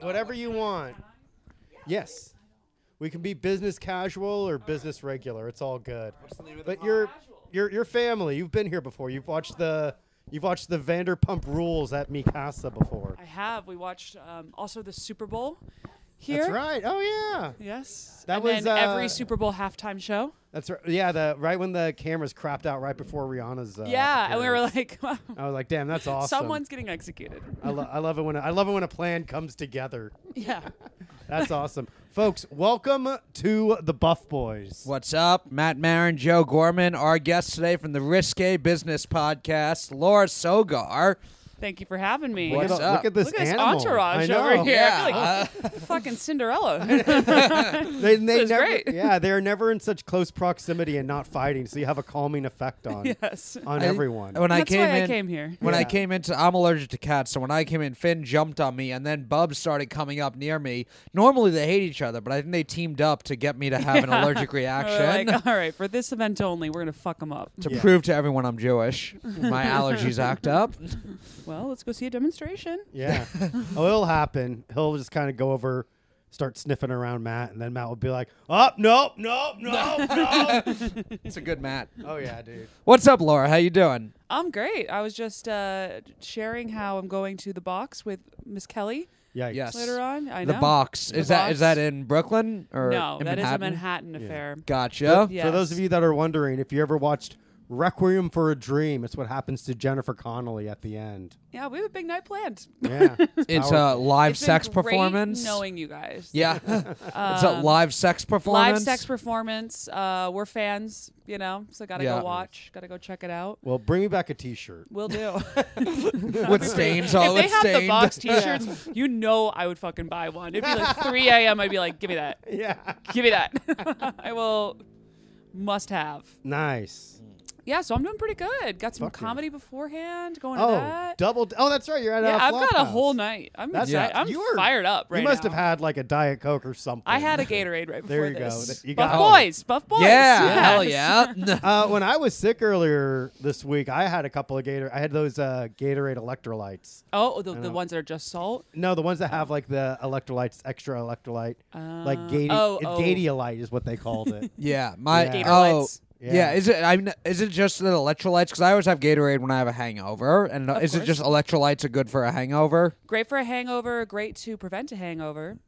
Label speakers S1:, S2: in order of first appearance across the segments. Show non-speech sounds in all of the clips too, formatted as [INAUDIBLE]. S1: whatever you want. Yes. We can be business casual or business regular. It's all good.
S2: What's the name of the
S1: But your your your family, you've been here before. You've watched the you've watched the Vanderpump Rules at Mikasa before.
S3: I have. We watched um, also the Super Bowl here.
S1: That's right. Oh yeah.
S3: Yes.
S1: That
S3: and
S1: was,
S3: then
S1: uh,
S3: every Super Bowl halftime show.
S1: That's right. Yeah, the right when the cameras cropped out right before Rihanna's.
S2: Oh,
S1: Uh,
S3: yeah, and we were
S1: appearance.
S3: like, [LAUGHS]
S1: I was like, damn, that's awesome.
S3: someone's getting
S2: [LAUGHS]
S3: executed.
S1: I, lo- I love it when a, I love it when a plan comes together.
S3: Yeah.
S1: That's awesome, [LAUGHS] folks. Welcome to the Buff Boys.
S2: What's up? Matt Marin, Joe Gorman, our guests today from the Risque Business Podcast, Laura Sogar.
S3: Thank you for having me.
S1: Look,
S2: What's
S1: at, the-
S2: up?
S1: look at this
S3: Look at this
S1: animal.
S3: entourage
S1: I know.
S3: over here. I feel
S2: Yeah, uh,
S3: like fucking
S2: [LAUGHS]
S3: Cinderella. [LAUGHS]
S1: [LAUGHS] They, they
S3: is
S1: never,
S3: great.
S1: yeah, they're never in such close proximity and not fighting, so you have a calming effect
S3: [LAUGHS]
S1: on
S3: yes.
S1: on
S2: I-
S1: everyone.
S2: When I
S3: That's
S2: came
S3: why
S2: in,
S3: I came here.
S2: When I
S1: Yeah.
S2: came into, I'm allergic to cats, so when I came in, Finn jumped on me, and then Bub started coming up near me. Normally they hate each other, but I think they teamed up to get me
S3: [LAUGHS]
S2: to have an allergic
S3: We were
S2: reaction
S3: like, oh. [LAUGHS] all right, for this event only, we're gonna fuck them up.
S2: [LAUGHS] to
S1: Yeah.
S2: prove to everyone
S3: [LAUGHS]
S2: I'm Jewish. My allergies act up.
S3: Well, let's go see a demonstration.
S2: [LAUGHS]
S1: Yeah. oh, it'll happen. He'll just kind of go over, start sniffing around Matt, and then Matt will be like, "Oh, nope, nope, nope,
S2: [LAUGHS]
S1: no."
S2: It's a good mat.
S1: oh yeah, dude.
S2: What's up, Laura? How you doing?
S3: I'm great. I was just uh, sharing how I'm going to the box with Miss Kelly
S1: Yikes.
S2: Yes.
S3: later on. I
S2: the
S3: know.
S2: box
S3: The
S2: is that
S3: box.
S2: is that in Brooklyn or
S3: No,
S2: in
S3: that is
S2: Manhattan?
S3: a Manhattan affair.
S2: Gotcha.
S3: Yeah.
S1: For those of
S3: Yes.
S1: you that are wondering, if you ever watched Requiem for a Dream, it's what happens to Jennifer Connelly at the end.
S3: Yeah, we have a big night planned.
S2: [LAUGHS]
S1: Yeah.
S2: It's uh,
S1: powerful.
S2: a live
S3: It's been
S2: sex
S3: great
S2: performance.
S3: Knowing you guys.
S2: yeah, [LAUGHS] it's a
S3: Um,
S2: live sex performance.
S3: Live sex performance. Uh, we're fans, you know, so gotta
S2: Yeah.
S3: go watch, gotta go check it out.
S1: Well, bring me back a T-shirt.
S3: Will do. [LAUGHS]
S2: with stains all
S3: if they
S2: [LAUGHS] it's
S3: have
S2: stained.
S3: the
S2: [LAUGHS]
S3: box T-shirts, you know I would fucking buy one. It'd be like [LAUGHS] 3 a.m. I'd be like, give me that,
S1: Yeah.
S3: give me that. [LAUGHS] I will, must have.
S1: Nice.
S3: Yeah, so I'm doing pretty good. Got some
S1: Fuck yeah.
S3: comedy beforehand. Going to
S1: Oh,
S3: that.
S1: double. Oh, that's right. You're at
S3: yeah,
S1: uh,
S3: I've got a
S1: Flophouse.
S3: whole night. I'm
S1: That's
S3: excited.
S1: yeah.
S3: I'm
S1: You were-
S3: fired up right
S1: you must
S3: now.
S1: have had like a Diet Coke or something.
S3: I had a Gatorade right before
S1: There you go.
S3: this.
S1: Th- you
S3: buff
S1: got-
S3: boys, buff boys.
S2: Yeah,
S3: yes.
S2: hell yeah.
S1: [LAUGHS]
S2: [LAUGHS]
S1: Uh, when I was sick earlier this week, I had a couple of Gator. I had those uh, Gatorade electrolytes.
S3: [LAUGHS] Oh, the,
S1: I
S3: the
S1: know.
S3: ones that are just salt.
S1: No, the ones that have like the electrolytes, extra electrolyte, like
S3: Uh,
S1: Gadi-
S3: oh, oh.
S1: Gadiolite is what they called
S3: [LAUGHS]
S1: it.
S2: yeah, my
S1: Yeah.
S2: oh.
S3: Gatorlights.
S2: Yeah.
S1: Yeah.
S2: is it? I'm. Is it just the electrolytes? Because I always have Gatorade when I have a hangover, and uh,
S3: Of
S2: is it
S3: course.
S2: just electrolytes are good for a hangover?
S3: Great for a hangover. Great to prevent a hangover.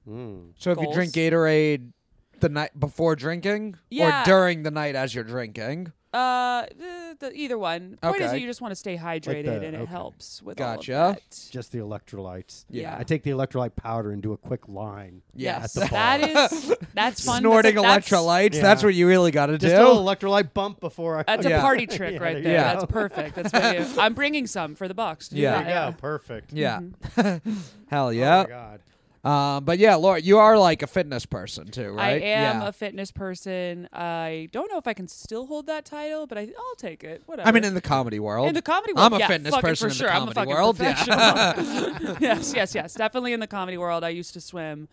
S2: So if you drink Gatorade the night before drinking,
S3: Yeah.
S2: or during the night as you're drinking,
S3: Uh, the, the, either one. Point is,
S2: Okay.
S3: that you just want to stay hydrated,
S1: the-
S3: and it
S1: okay.
S3: helps with
S2: Gotcha.
S3: all of that.
S1: Just the electrolytes.
S3: Yeah.
S1: I take the electrolyte powder and do a quick line.
S2: Yes.
S3: Yes,
S1: At the [LAUGHS]
S3: that is that's fun.
S2: snorting
S3: that's a, that's,
S2: electrolytes,
S1: Yeah.
S2: that's what you really got to do.
S1: Just a little electrolyte bump before I.
S3: [LAUGHS] That's
S2: Yeah.
S3: a
S1: [LAUGHS]
S3: party trick
S1: Yeah,
S3: right
S1: there
S3: there.
S1: you
S2: go.
S3: That's perfect. That's what you, I'm bringing some for the box. Do
S2: Yeah.
S1: There
S3: that.
S1: you go. Perfect.
S2: yeah,
S3: Mm-hmm.
S2: [LAUGHS] hell
S1: Oh
S2: yeah.
S1: my God.
S2: um, but yeah, Laura, you are like a fitness person too, right?
S3: I am
S2: Yeah.
S3: a fitness person. I don't know if I can still hold that title, but I, I'll take it. Whatever.
S2: I mean, in the comedy world.
S3: In the comedy world,
S2: I'm a
S3: yeah,
S2: fitness
S3: fucking
S2: person
S3: for
S2: in
S3: sure.
S2: the
S3: I'm a
S2: comedy
S3: fucking
S2: world.
S3: professional. [LAUGHS]
S2: Yeah. [LAUGHS]
S3: yes, yes, yes. Definitely in the comedy world. I used to swim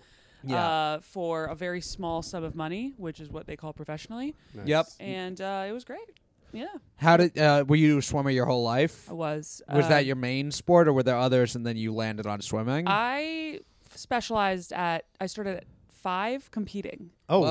S2: Yeah.
S3: uh, for a very small sum of money, which is what they call professionally,
S1: Nice.
S2: Yep.
S3: and uh, it was great. Yeah,
S2: How did uh, were you a swimmer your whole life?
S3: I was.
S2: Was
S3: uh,
S2: that your main sport, or were there others, and then you landed on swimming?
S3: I specialized at. I started at five competing,
S1: Oh
S2: Whoa.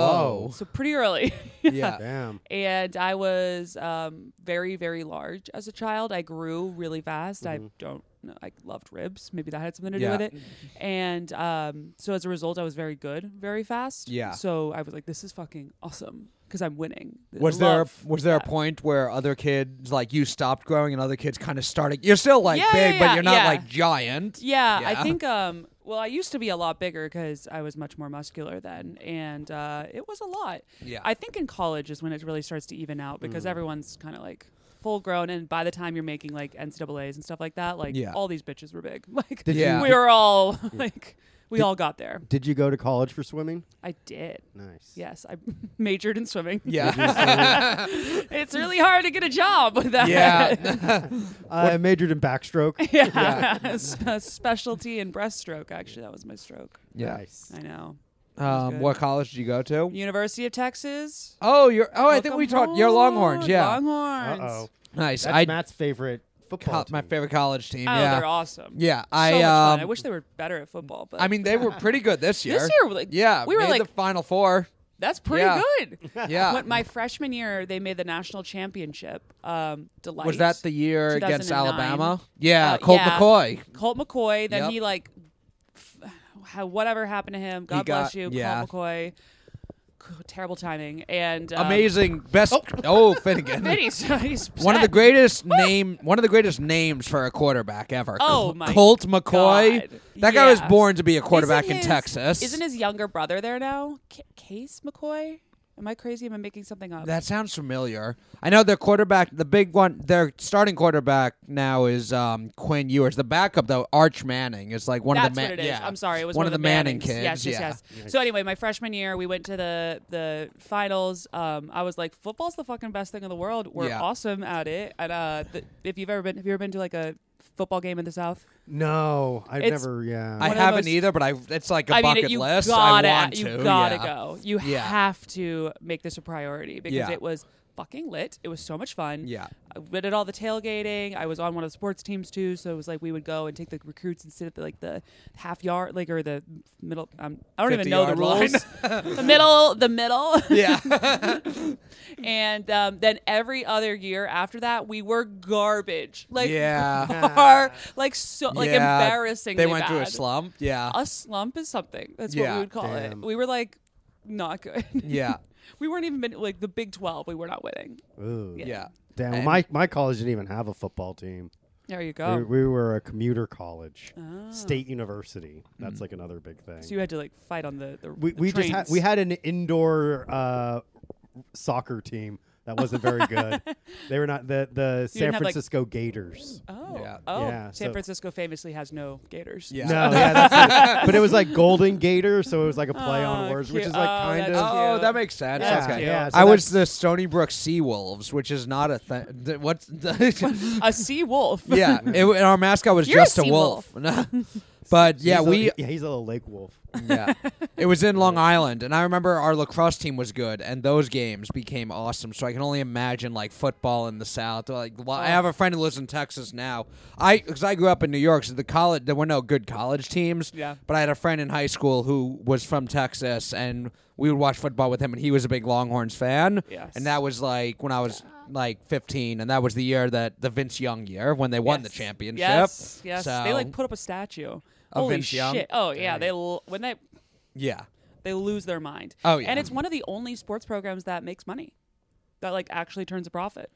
S1: whoa.
S3: so pretty early. [LAUGHS]
S2: yeah,
S1: Damn.
S3: and I was um, very, very large as a child. I grew really fast. I don't know. I loved ribs. Maybe that had something to
S2: Mm-hmm. Yeah.
S3: do with it. And um, so as a result, I was very good, very fast.
S2: Yeah.
S3: So I was like, this is fucking awesome because I'm winning. Th-
S2: was there
S3: love
S2: was there a
S3: that.
S2: point where other kids like you stopped growing and other kids kind of started? You're still like
S3: Yeah,
S2: big,
S3: yeah,
S2: but
S3: yeah,
S2: you're not
S3: yeah.
S2: like giant.
S3: Yeah,
S2: Yeah.
S3: I think. Um, well, I used to be a lot bigger because I was much more muscular then, and uh, it was a lot.
S2: Yeah.
S3: I think in college is when it really starts to even out because
S2: Mm-hmm.
S3: everyone's kind of like full grown, and by the time you're making like NCAA's and stuff like that, like
S2: Yeah.
S3: all these bitches were big. [LAUGHS] Like
S1: Did
S2: Yeah.
S1: you
S3: we were all [LAUGHS] like we all got there.
S1: did you go to college for swimming?
S3: I did.
S1: Nice.
S3: Yes, I [LAUGHS] majored in swimming.
S2: Yeah,
S3: [LAUGHS] it's really hard to get a job with that.
S2: yeah. [LAUGHS]
S1: I Uh, majored in backstroke.
S3: [LAUGHS] yeah. [LAUGHS] a specialty in breaststroke. Actually, that was my stroke.
S2: yeah.
S1: Nice.
S3: I know. was
S2: Um,
S3: good.
S2: what college did you go to?
S3: University of Texas.
S2: Oh, you're. Oh, I think
S3: Welcome
S2: we talked. You're Longhorns.
S3: home,
S2: Yeah,
S3: Longhorns.
S1: Uh oh.
S2: nice.
S1: That's
S2: I
S1: Matt's favorite football
S2: co- my
S1: team.
S2: favorite college team.
S3: Oh,
S2: yeah,
S3: they're awesome.
S2: yeah.
S3: So
S2: I
S3: much fun.
S2: um,
S3: I wish they were better at football, but
S2: I mean, they were pretty good this year.
S3: This year, like,
S2: yeah,
S3: we were
S2: made
S3: like-
S2: the final
S3: [LAUGHS]
S2: four.
S3: that's pretty
S2: Yeah. [LAUGHS]
S3: good.
S2: Yeah,
S3: When- my freshman year, they made the national championship. Um, delight
S2: was that the year against
S3: 2009.
S2: Alabama? Yeah,
S3: Uh,
S2: Colt
S3: yeah.
S2: McCoy.
S3: Colt McCoy? Then
S2: Yep.
S3: he like, f- how- whatever happened to him. God
S2: got-
S3: bless you,
S2: yeah.
S3: Colt McCoy. C- Terrible timing and um,
S2: Amazing, best. [LAUGHS] Oh, Finnegan.
S3: Vinny's, he's [LAUGHS]
S2: [LAUGHS] One of the
S3: upset.
S2: greatest name, one of the greatest names for a quarterback ever.
S3: Oh, my
S2: Colt McCoy.
S3: God.
S2: That guy was
S3: Yeah.
S2: born to be a quarterback
S3: Isn't
S2: in
S3: his-
S2: Texas.
S3: Isn't his younger brother there now? C- Case McCoy? Am I crazy? Am I making something up?
S2: that sounds familiar. I know their quarterback, the big one, their starting quarterback now is um, Quinn Ewers. The backup though, Arch Manning, is like one
S3: That's
S2: of the Ma-
S3: what it is.
S2: Yeah.
S3: I'm sorry, it was
S2: one, of the Manning
S3: Mannings. Yes,
S2: kids.
S3: yes,
S2: yeah.
S1: Yikes.
S3: yes. So anyway, my freshman year, we went to the the finals. Um, I was like, football's the fucking best thing in the world. We're
S2: Yeah.
S3: awesome at it. And uh, th- if you've ever been, have you ever been to like a football game in the South?
S1: No, I've
S3: It's-
S1: never. Yeah,
S2: I
S3: One of the
S2: haven't
S3: most-
S2: either, but I it's like a
S3: I mean,
S2: bucket
S3: it- you
S2: list.
S3: gotta,
S2: I want
S3: you
S2: to.
S3: gotta
S2: yeah.
S3: go. You
S2: Yeah.
S3: have to make this a priority because
S2: Yeah.
S3: it was fucking lit. It was so much fun.
S2: Yeah.
S3: I did all the tailgating. I was on one of the sports teams too, so it was like we would go and take the recruits and sit at the, like the half yard, like or the middle. Um, I don't even
S2: 50
S3: know the
S2: yard line. [LAUGHS]
S3: rules. [LAUGHS] the middle, the middle,
S2: Yeah.
S3: and um, then every other year after that, we were garbage. Like [LAUGHS]
S2: Yeah.
S3: gar- like so, [LAUGHS] like
S2: Yeah.
S3: embarrassingly.
S2: They went through a
S3: bad.
S2: slump. Yeah.
S3: A slump is something. That's what
S2: Yeah.
S3: we would call
S1: Damn.
S3: it. We were like
S1: [LAUGHS]
S3: not good.
S2: yeah.
S3: [LAUGHS] we weren't even been, like the Big Twelve. We were not winning.
S1: Ooh.
S3: Yeah.
S2: Yeah.
S1: Damn.
S2: And- Oh.
S1: Well, my my college didn't even have a football team.
S3: There you
S1: We-
S3: go.
S1: We, were a commuter college,
S3: Ah.
S1: state university. That's
S2: Mm-hmm.
S1: like another big thing.
S3: So you had to like fight on the the
S1: we
S3: the
S1: we just had,
S3: trains.
S1: we had an indoor uh, soccer team that wasn't very
S3: [LAUGHS]
S1: good. They were not the the San
S3: didn't have, like-
S1: Francisco
S2: [LAUGHS]
S1: Gators.
S3: Oh,
S2: Yeah.
S3: oh.
S1: Yeah,
S3: San
S1: so-
S3: Francisco famously has no gators.
S2: Yeah.
S1: No, yeah,
S3: [LAUGHS]
S1: that's it. but it was like Golden Gator, so it was like a play on
S3: Oh,
S1: words, which
S3: cute.
S1: is like
S3: Oh,
S1: kind
S3: that's
S1: of.
S2: Oh,
S3: cute.
S2: that makes sense.
S3: Yeah.
S2: okay.
S3: cute.
S1: yeah. so
S2: I was
S1: that's-
S2: the Stony Brook Sea Wolves, which is not a thing. What's
S3: [LAUGHS] A sea wolf.
S2: [LAUGHS] yeah? It, and our mascot was
S3: You're a
S2: just a
S3: sea
S2: wolf. [LAUGHS]
S3: [LAUGHS]
S2: but yeah,
S1: he's a-
S2: we
S1: yeah, he's a little lake wolf.
S2: yeah, it was in Long Island, and I remember our lacrosse team was good, and those games became awesome. So I can only imagine like football in the South. Like lo-
S3: Oh.
S2: I have a friend who lives in Texas now. I because I grew up in New York, so the college there were no good college teams.
S3: Yeah.
S2: but I had a friend in high school who was from Texas, and we would watch football with him, and he was a big Longhorns fan.
S3: Yes.
S2: and that was like when I was. Like 15, and that was the year that the Vince Young year when they won the
S3: Yes.
S2: championship.
S3: Yes, yes. They like
S2: So,
S3: put up a statue. Holy
S2: Vince
S3: shit!
S2: Young?
S3: Oh yeah, they l- when they
S2: yeah,
S3: they lose their mind.
S2: Oh, yeah.
S3: and it's one of the only sports programs that makes money, that like actually turns a profit,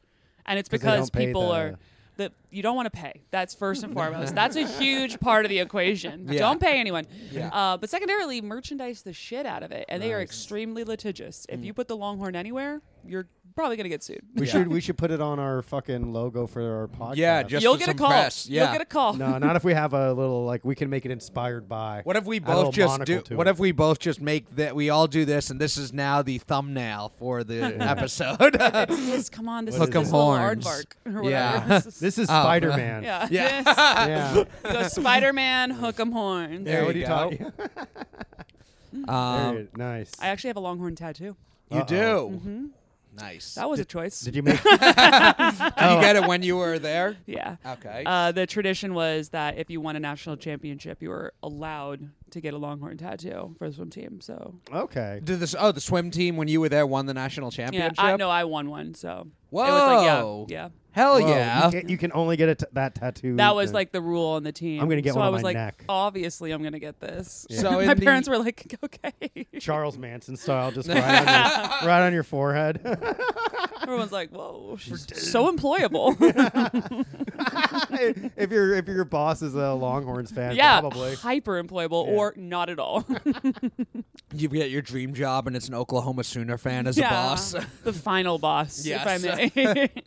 S3: and it's
S1: 'Cause they
S3: because
S1: don't pay
S3: people
S1: the-
S3: are. That you don't want to pay. That's first
S2: [LAUGHS]
S3: and foremost. That's a huge part of the equation.
S2: Yeah.
S3: Don't pay anyone.
S2: Yeah.
S3: Uh, but secondarily, merchandise the shit out of it, and they are extremely litigious.
S2: Mm.
S3: If you put the Longhorn anywhere, you're probably gonna get sued.
S1: We
S3: [LAUGHS]
S2: Yeah.
S1: should we should put it on our fucking logo for our podcast.
S2: Yeah, just-
S3: You'll
S2: for
S3: get a
S2: some
S3: call.
S2: press, yeah.
S3: You'll get a call.
S1: no, not if we have a little like we can make it inspired by.
S2: What if we
S1: add a little
S2: both just
S1: monocle
S2: do?
S1: to
S2: What
S1: it.
S2: if we both just make that? We all do this, and this is now the thumbnail for
S3: [LAUGHS]
S2: the episode.
S3: [LAUGHS]
S2: [LAUGHS]
S3: Yes, come on, this
S1: Hook
S3: is
S1: 'em
S3: this little
S2: horns.
S3: aardvark or
S2: Yeah.
S3: whatever.
S2: [LAUGHS]
S3: This is-
S1: This is
S2: Oh.
S1: Spider Man.
S3: [LAUGHS] yeah.
S2: [LAUGHS] Yeah.
S3: Yes.
S1: yeah.
S2: [LAUGHS]
S3: You [LAUGHS] go Spider-Man, hook 'em horns.
S2: There
S1: Yeah, what
S2: you
S1: are
S2: go.
S1: talking-
S2: [LAUGHS] Um,
S1: Very nice.
S3: I actually have a Longhorn tattoo.
S2: you
S1: Uh-oh.
S2: do. Nice.
S3: Mm-hmm. That was a choice.
S1: Did you [LAUGHS] make?
S2: Did you
S3: [LAUGHS]
S2: get it when you were there?
S3: yeah.
S2: Okay.
S3: Uh, the tradition was that if you won a national championship, you were allowed to get a Longhorn tattoo for the swim team. So
S1: okay.
S2: Did this? Oh, the swim team when you were there won the national
S3: yeah,
S2: championship.
S3: I know I won one. So it was
S2: Whoa.
S3: like yeah, yeah.
S2: Hell
S1: Whoa,
S2: oh, yeah.
S1: You can, you can only get a t- that tattoo.
S3: That was
S1: then.
S3: like the rule on the team.
S1: I'm gonna get
S3: so
S1: one
S3: I
S1: on
S3: was
S1: my
S3: like,
S1: neck.
S3: obviously, I'm gonna get this. [LAUGHS]
S2: So
S3: my
S2: in the-
S3: parents were like, [LAUGHS] okay.
S1: Charles Manson style,
S2: [LAUGHS]
S1: just right, on [LAUGHS] your, right on your forehead. [LAUGHS]
S3: Everyone's like, whoa, she's so employable.
S1: [LAUGHS] if your if your boss is a Longhorns fan,
S3: yeah,
S1: probably.
S3: hyper employable
S1: Yeah.
S3: or not at all.
S2: You get your dream job, and it's an Oklahoma Sooner fan as a boss. [LAUGHS]
S3: The final boss,
S2: Yes.
S3: if I may. [LAUGHS]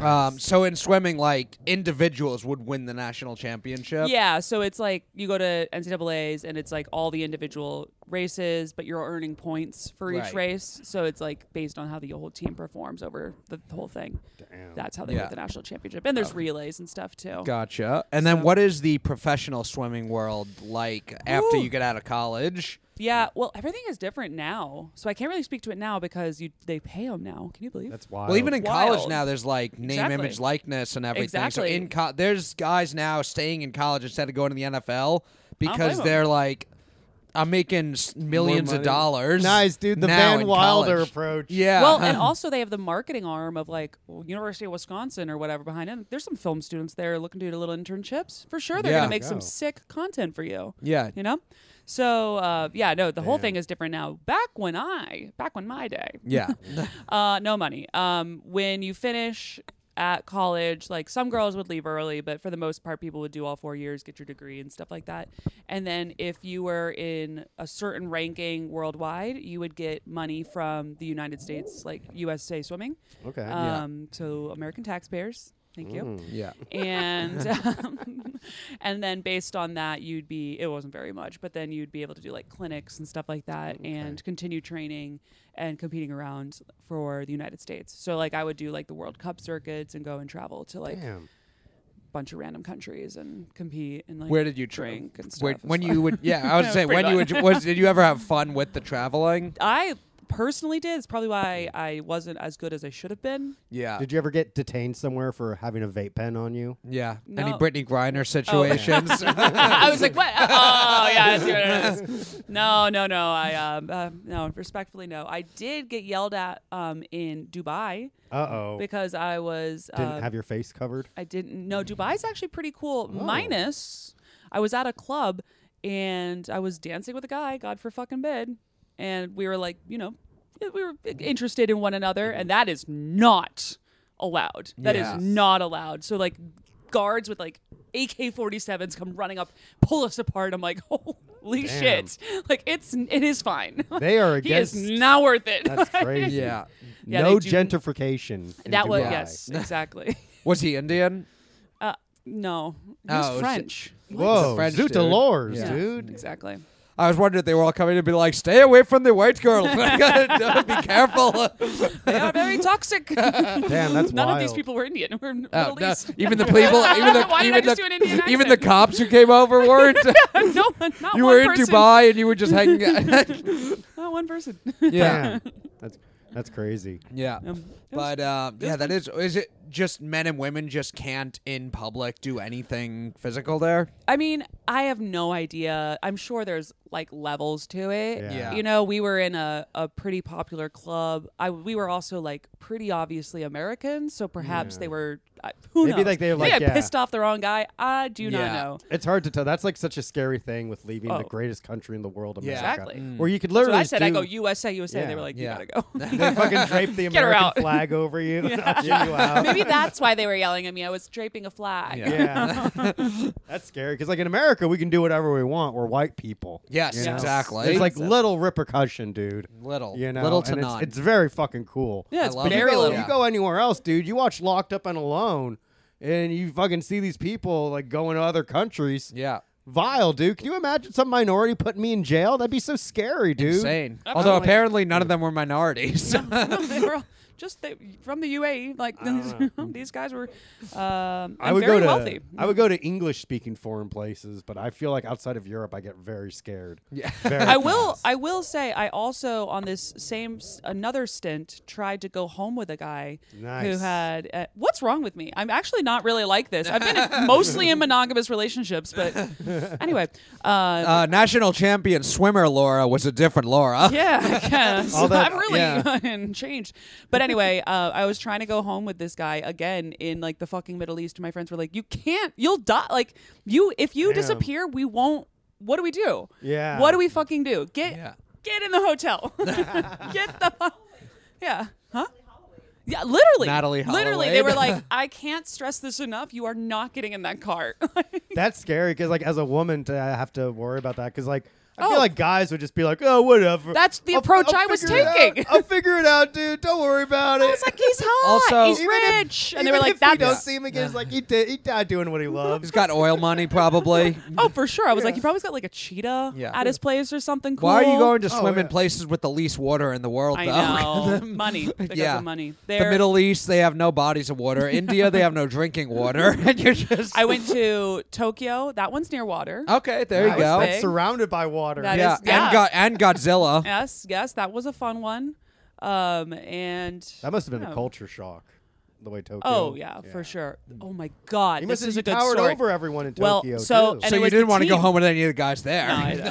S2: Um, so in swimming, like individuals would win the national championship.
S3: yeah, so it's like you go to NCAA's and it's like all the individual races, but you're earning points for each
S2: Right.
S3: race. So it's like based on how the whole team performs over the whole thing.
S1: Damn.
S3: That's how they
S2: Yeah.
S3: get the national championship. And there's relays and stuff too.
S2: Gotcha. And then
S3: So-
S2: what is the professional swimming world like after
S3: Ooh.
S2: you get out of college?
S3: Yeah, well, everything is different now, so I can't really speak to it now because you they pay them now. Can you believe?
S1: That's wild.
S2: Well, even in college
S3: Wild.
S2: now, there's like name,
S3: Exactly.
S2: image, likeness, and everything. So
S3: Exactly.
S2: in co- there's guys now staying in college instead of going to the NFL because
S3: 'em.
S2: they're like, I'm making s- millions of
S1: money.
S2: dollars.
S1: nice, dude. The
S2: now
S1: Van
S2: in
S1: Wilder
S2: college.
S1: approach.
S2: Yeah. [LAUGHS]
S3: Well, and also they have the marketing arm of like University of Wisconsin or whatever behind them. There's some film students there looking to do little internships. For sure, they're
S2: Yeah.
S3: gonna make some
S1: Go.
S3: sick content for you.
S2: yeah.
S3: You know, so uh, yeah, no, the whole
S1: Damn.
S3: thing is different now. Back when I, back when my day,
S2: Yeah.
S3: [LAUGHS] uh, no money. Um, when you finish at college, like some girls would leave early, but for the most part, people would do all four years, get your degree and stuff like that. And then if you were in a certain ranking worldwide, you would get money from the United States, like USA Swimming.
S1: Okay.
S2: Yeah.
S3: Um, So American taxpayers. Thank you
S2: yeah. [LAUGHS]
S3: and um, and then based on that you'd be it wasn't very much but then you'd be able to do like clinics and stuff like
S2: Mm,
S3: that and continue training and competing around for the united states so like i would do like the world cup circuits and go and travel to like a
S1: Damn.
S3: bunch of random countries and compete and like
S2: Where did you tra-
S3: drink and stuff
S2: Where,
S3: It's
S2: when
S3: fun.
S2: you would,
S3: [LAUGHS]
S2: yeah, I was saying,
S3: Pretty
S2: when you would,
S3: much.
S2: was, did you ever have fun with
S3: [LAUGHS]
S2: the traveling?
S3: i personally did it's probably why i wasn't as good as i should have been
S2: Yeah.
S1: Did you ever get detained somewhere for having a vape pen on you?
S2: yeah. Any
S3: No. Oh. [LAUGHS]
S2: Brittany Griner situations?
S3: I was like, what? Oh, yeah. I see what it is. No, no, no. I um, uh, no. Respectfully, no. I did get yelled at um, in Dubai
S1: Uh oh.
S3: because I was.
S1: Didn't
S3: uh,
S1: have your face [LAUGHS] covered.
S3: I didn't. No, Dubai's actually pretty cool. Minus, I was at a club and I was dancing with a guy. God for fucking bid. And we were like, you know, eh, we were interested in one another, and that is not allowed. That is
S2: Yes.
S3: not allowed. So like guards with like AK-47s come running up, pull us apart. I'm like, [LAUGHS] holy
S1: Damn.
S3: shit. Like it's it is fine. [LAUGHS]
S1: They are
S3: he is
S1: against.
S3: not worth it. [LAUGHS]
S1: That's crazy.
S2: [LAUGHS] yeah.
S3: Yeah,
S1: no
S3: they do-
S1: gentrification. in
S3: that was
S1: Dubai.
S3: yes, exactly. [LAUGHS]
S2: Was he Indian?
S3: Uh, no, he's
S2: Oh, shit.
S3: French.
S1: Whoa,
S2: French
S1: Zoot
S2: dude.
S1: Delors,
S2: Yeah.
S1: dude.
S3: Exactly.
S2: I was wondering if they were all coming to be like, stay away from the white
S3: [LAUGHS]
S2: girl. [LAUGHS] be careful.
S3: They are very
S2: [LAUGHS]
S3: toxic. [LAUGHS] None
S1: Damn, that's
S3: of these
S1: wild.
S3: people were Indian. [LAUGHS] We're
S2: Oh,
S3: Middle
S2: no.
S3: East. [LAUGHS]
S2: Even the people, even the,
S3: Why did I
S2: even,
S3: just
S2: the
S3: do an Indian
S2: even the
S3: accent?
S2: cops who came over weren't.
S3: [LAUGHS] no one, not
S2: [LAUGHS] you
S3: one
S2: were in
S3: person.
S2: Dubai and you were just hanging
S3: [LAUGHS]
S2: out. [LAUGHS]
S3: Not one person.
S2: yeah.
S1: Damn. [LAUGHS] that's that's crazy.
S2: Yeah.
S3: Um, it
S2: But um, yeah, that is. Is it just men and women just can't in public do anything physical there?
S3: I mean, I have no idea. I'm sure there's like levels to it.
S1: Yeah. Yeah.
S3: You know, we were in a, a pretty popular club. I we were also like pretty obviously American, so perhaps they were. I, who
S1: Maybe,
S3: knows?
S1: like, they were,
S3: Maybe
S1: like,
S3: I
S1: yeah.
S3: pissed off the wrong guy. I do
S2: Yeah.
S3: not know.
S1: It's hard to tell. That's like such a scary thing with leaving
S3: Oh.
S1: the greatest country in the world, America,
S3: Exactly.
S1: where you could
S3: So
S1: literally.
S3: I said, I
S1: do-
S3: go USA, USA.
S1: Yeah.
S3: They were like,
S2: Yeah.
S3: you gotta
S2: [LAUGHS]
S3: go. [LAUGHS]
S1: They fucking drape the
S3: Get her out.
S1: American flag over
S3: [LAUGHS]
S1: you. [LAUGHS] and usher you out.
S3: Maybe that's why they were yelling at me. I was draping a flag.
S2: Yeah.
S1: Yeah,
S2: [LAUGHS]
S1: that's scary. Because like in America, we can do whatever we want. We're white people.
S2: Yes,
S1: you know?
S2: exactly.
S1: There's like little repercussion, dude.
S2: little,
S1: You know,
S2: little to
S1: and it's,
S2: none.
S1: it's very fucking cool.
S3: Yeah,
S2: I
S3: it's
S2: love
S1: But you
S3: very
S1: go,
S3: little.
S1: you
S2: Yeah.
S1: go anywhere else, dude. You watch Locked Up and Alone, and you fucking see these people like going to other countries.
S2: yeah,
S1: Vile, dude. Can you imagine some minority putting me in jail? That'd be so scary, dude.
S2: insane.
S3: I'm
S2: Although
S3: like-
S2: apparently none of them were minorities.
S3: [LAUGHS] they were all just they, from the UAE. Like these, [LAUGHS] these guys were um,
S1: I
S3: and
S1: would
S3: very
S1: go to
S3: wealthy.
S1: I would go to English speaking foreign places, but I feel like outside of Europe, I get very scared.
S2: Yeah.
S1: Very
S3: I will.
S1: fast.
S3: I will say. I also on this same s- another stint tried to go home with a guy
S1: Nice.
S3: who had. Uh, what's wrong with me? I'm actually not really like this. I've been
S1: [LAUGHS]
S3: in- mostly in monogamous relationships, but anyway. Uh,
S2: [LAUGHS] uh, national champion swimmer Laura was a different Laura. [LAUGHS]
S3: yeah, I guess.
S1: All
S3: [LAUGHS]
S1: that-
S3: I've really
S2: yeah.
S3: fucking changed. But anyway, uh, I was trying to go home with this guy again in like the fucking Middle East. And my friends were like, you can't, you'll die. Like, you, if you
S1: Damn.
S3: disappear, we won't. What do we do?
S1: Yeah.
S3: What do we fucking do? Get
S2: Yeah.
S3: get in the hotel.
S1: [LAUGHS]
S3: [LAUGHS] get the fu- Yeah. Huh? Yeah, literally.
S2: Natalie
S3: Literally, they
S2: Holloway.
S3: were like,
S1: [LAUGHS]
S3: I can't stress this enough. You are not getting in that car. [LAUGHS]
S1: That's scary because, like, as a woman, to have to uh, worry about that because, like, I feel
S3: Oh.
S1: like guys would just be like, oh, whatever.
S3: That's the approach I was
S1: figure it out.
S3: taking.
S1: I'll figure it out, dude. Don't worry about it.
S3: [LAUGHS] I was
S1: [LAUGHS]
S3: like, he's hot.
S2: Also-
S3: he's
S1: Even if-
S3: rich. and they were
S1: even
S3: like,
S1: if we
S3: that's.
S1: don't see him again. It's like he did. He died doing
S3: [LAUGHS]
S1: what he
S2: He's
S1: loves.
S2: got oil money, probably.
S3: Oh, for sure. I was like, he probably got like a cheetah
S2: Yeah.
S3: at his place or something cool.
S2: Why are you going to
S1: Oh,
S2: swim in
S1: yeah.
S2: places with the least water in the world,
S3: I
S1: [LAUGHS]
S3: know.
S2: though? [LAUGHS] The-
S3: money. They got
S2: Yeah.
S3: the money.
S2: the
S3: They're-
S2: Middle East, they have no bodies
S3: [LAUGHS]
S2: of water. India, they have no drinking water. [LAUGHS] and you're
S1: [LAUGHS]
S2: just.
S3: I went to Tokyo. That one's near water.
S1: Oh.
S2: Okay, there you
S1: Nice.
S2: go.
S1: That's surrounded by water.
S3: That
S2: yeah,
S3: is- yeah.
S2: and Go- and Godzilla.
S3: Yes, yes, that was a fun one. Um, and
S1: That must have been
S3: Yeah.
S1: a culture shock. The way Tokyo.
S3: oh yeah, for sure. Oh my god,
S1: He must
S3: this
S1: have
S3: is a
S1: just
S3: good
S1: towered
S3: story.
S1: over everyone in
S3: Well,
S1: Tokyo.
S3: so-
S1: too.
S3: [LAUGHS] and
S2: so
S3: it
S2: you
S3: was
S2: didn't
S3: the
S2: want to go
S3: team.
S2: home with any of the guys there.
S3: No,
S2: [LAUGHS]
S3: I [LAUGHS] don't.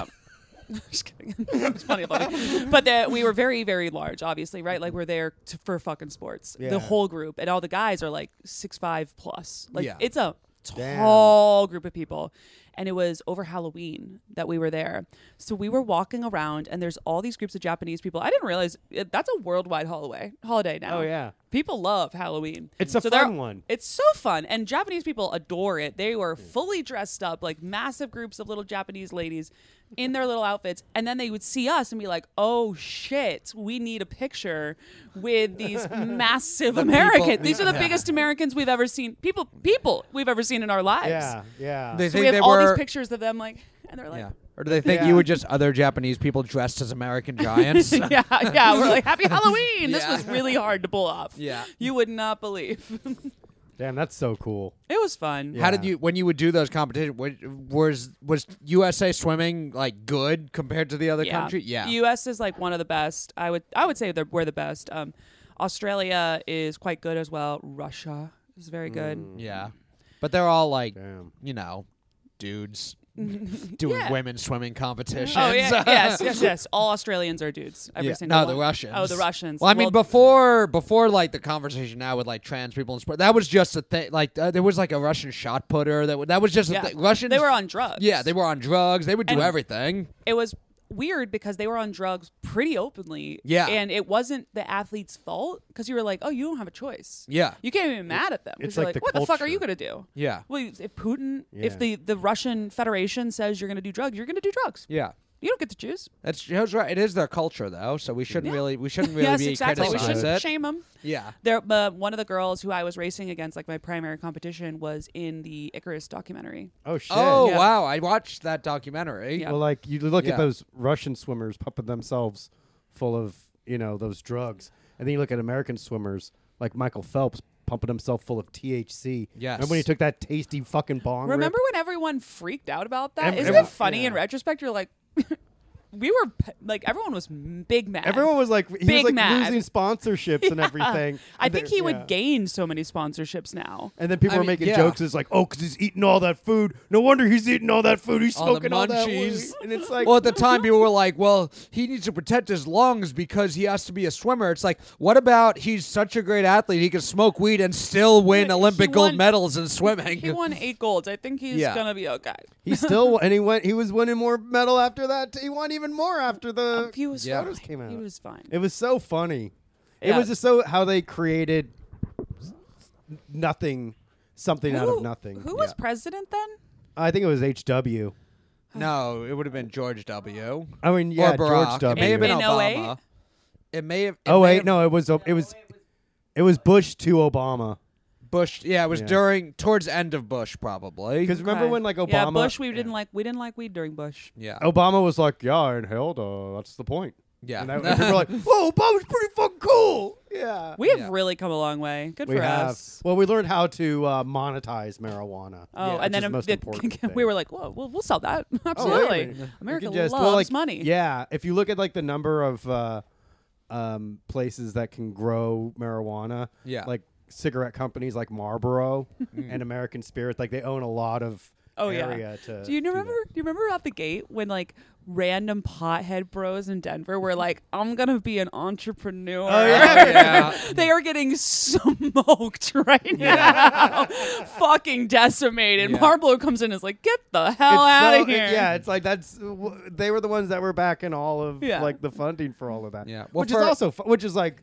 S3: um, Just kidding. [LAUGHS] it's funny, funny. But the, we were very, very large, obviously, right? Like we're there to, for fucking sports.
S1: Yeah.
S3: The whole group and all the guys are like six five plus. Like
S2: Yeah.
S3: it's a
S1: Damn.
S3: tall group of people. And it was over Halloween that we were there. So we were walking around, and there's all these groups of Japanese people. I didn't realize it, that's a worldwide holiday. Holiday now.
S1: Oh, yeah.
S3: people love Halloween.
S1: It's a
S3: they're-
S1: fun one.
S3: it's so fun, and Japanese people adore it. They
S2: Mm.
S3: were fully dressed up, like massive groups of little Japanese ladies in their little outfits, and then they would see us and be like, "Oh shit, we need a picture with
S2: [LAUGHS]
S3: these massive Americans.
S2: people-
S3: these are the
S2: yeah.
S3: biggest Americans we've ever seen. People, people we've ever seen in our lives.
S1: yeah, yeah.
S2: They
S3: So
S2: think
S3: we have
S2: they
S3: all
S2: were.
S3: these pictures of them, like, and they're like,
S2: Yeah. Or do they think
S1: Yeah.
S2: you were just other Japanese people dressed
S3: [LAUGHS]
S2: as American giants?
S3: yeah, yeah. We're like,
S2: [LAUGHS]
S3: happy Halloween. This
S2: Yeah.
S3: was really hard to pull off.
S2: Yeah.
S3: you would not believe.
S1: Damn, that's so cool.
S3: it was fun.
S2: How did
S1: Yeah.
S2: you when you would do those competitions? Was was USA swimming like good compared to the other country? Yeah.
S3: The U.S. is like one of the best. I would I would say they're, we're the best. Um, Australia is quite good as well. Russia is very good.
S2: yeah. But they're all like
S1: Damn.
S2: you know,
S3: [LAUGHS]
S2: dudes doing
S3: Yeah.
S2: women swimming competitions.
S3: Oh
S2: [LAUGHS]
S3: yeah, yes, yes, yes. All Australians are dudes. Every
S2: Yeah.
S3: single
S2: No,
S3: one.
S2: the Russians.
S3: Oh, the Russians.
S2: Well, I mean, before before like the conversation now with like trans people in sport, that was just a thing. Like uh, there was like a Russian shot putter. That w- that was just a
S3: yeah.
S2: thing. Russians.
S3: they were on drugs.
S2: Yeah, they were on drugs. They would do
S3: And-
S2: everything.
S3: it was weird because they were on drugs pretty openly.
S2: Yeah.
S3: and it wasn't the athlete's fault because you were like, oh, you don't have a choice.
S2: Yeah.
S3: you can't even be mad at them. 'cause
S1: it's
S3: you're
S1: like the
S3: what the fuck are
S1: culture.
S3: you gonna do?
S2: Yeah.
S3: Well, if Putin,
S1: Yeah.
S3: if the the Russian Federation says you're gonna do drugs, you're gonna do drugs.
S2: Yeah.
S3: You don't get to choose.
S2: That's Joe's right. It is their culture, though, so we shouldn't really we shouldn't really
S3: yes,
S2: be
S3: exactly. We
S2: criticizing
S3: shouldn't
S2: it.
S3: shame them.
S2: Yeah,
S3: There, but one of the girls who I was racing against, like my primary competition, was in the Icarus documentary.
S1: Oh shit.
S2: Oh
S3: Yeah.
S2: wow! I watched that documentary.
S3: Yeah.
S1: Well, like you look
S2: Yeah.
S1: at those Russian swimmers pumping themselves full of you know those drugs, and then you look at American swimmers like Michael Phelps pumping himself full of THC.
S2: Yes.
S1: Remember when he took that tasty fucking bong? rip?
S3: Remember when everyone freaked out about that?
S1: Ev-
S3: not
S1: everyone-
S3: it funny in
S1: yeah.
S3: retrospect? You're like, [LAUGHS] we were p- like everyone was m- big mad.
S1: Everyone was like, he
S3: Big
S1: was like
S3: mad.
S1: losing sponsorships
S2: [LAUGHS]
S1: and everything.
S3: I
S1: And
S3: think
S1: they-
S3: he
S1: yeah.
S3: would gain so many sponsorships now.
S1: And then people
S2: I
S1: were
S2: mean,
S1: making
S2: yeah.
S1: jokes. It's like, oh, because he's eating all that food. No wonder he's eating all that food. He's
S2: All the
S1: smoking all that weed.
S2: munchies.
S1: And it's like,
S2: [LAUGHS] Well, at the time, people were like, "Well, he needs to protect his lungs because he has to be a swimmer." It's like, what about he's such a great athlete, he can smoke weed and still win
S3: He
S2: Olympic gold
S3: won-
S2: medals in swimming?
S3: He won eight golds. I think he's
S2: Yeah.
S3: gonna be okay.
S1: he still and he went. He was winning more medal after that. He won even more after the
S3: He was
S2: Yeah.
S3: fine.
S1: photos Uh, came out.
S3: He was fine.
S1: It was so funny. It
S3: Yeah.
S1: was just so how they created s- nothing, something out
S3: Who-
S1: of nothing.
S3: Who was
S1: Yeah.
S3: president then?
S1: I think it was H.W.
S2: [LAUGHS] no, it would have been George W.
S1: I mean, Uh, yeah,
S2: or Barack. Oh,
S1: George W.
S2: It may have been
S3: In 08?
S2: Obama. It may have. it
S1: oh
S2: may
S1: wait,
S2: have-
S1: no, it was it was it was Bush to Obama.
S2: Bush. Yeah, it was
S1: Yeah.
S2: during towards end of Bush probably.
S1: Because remember
S3: Okay.
S1: when like Obama,
S3: Yeah, Bush. We didn't like. We didn't like weed during Bush.
S2: yeah,
S1: Obama was like, yeah, I inhaled. Uh, that's the point.
S2: Yeah.
S1: Oh, and,
S2: [LAUGHS]
S1: that, and people were like, whoa, Obama's pretty fucking cool. Yeah,
S3: We have
S2: Yeah.
S3: really come a long way. Good
S1: We
S3: for
S1: have.
S3: us.
S1: Well, we learned how to uh, monetize marijuana.
S3: Oh,
S2: Yeah,
S1: which
S3: and then
S1: is
S3: um,
S1: most
S3: the-
S1: important
S3: [LAUGHS] we
S1: thing.
S3: were like, "Whoa, we'll, we'll sell that." [LAUGHS]
S1: Oh, yeah, I mean,
S3: Absolutely,
S1: you
S3: America
S1: can just-
S3: loves
S1: well, like,
S3: money.
S1: Yeah, if you look at like the number of uh, um, places that can grow marijuana,
S2: Yeah.
S1: like cigarette companies like
S3: [LAUGHS]
S1: Marlboro and American Spirit, like they own a lot of
S3: Oh yeah.
S1: area to.
S3: Do you
S1: that.
S3: remember? Do you remember at the gate when like random pothead bros in
S1: [LAUGHS]
S3: Denver were like, "I'm gonna be an entrepreneur."
S1: Oh,
S3: [LAUGHS]
S1: yeah.
S2: Yeah.
S3: they are getting smoked [LAUGHS] right now, fucking decimated.
S2: Yeah.
S3: Marlboro comes in and is like, "Get the hell
S1: It's
S3: out of
S1: so-
S3: here!"
S1: Yeah, it's like that's w- they were the ones that were backing all of
S3: Yeah.
S1: like the funding for all of that.
S2: Yeah. Well,
S1: which
S2: for-
S1: is also fu- which is like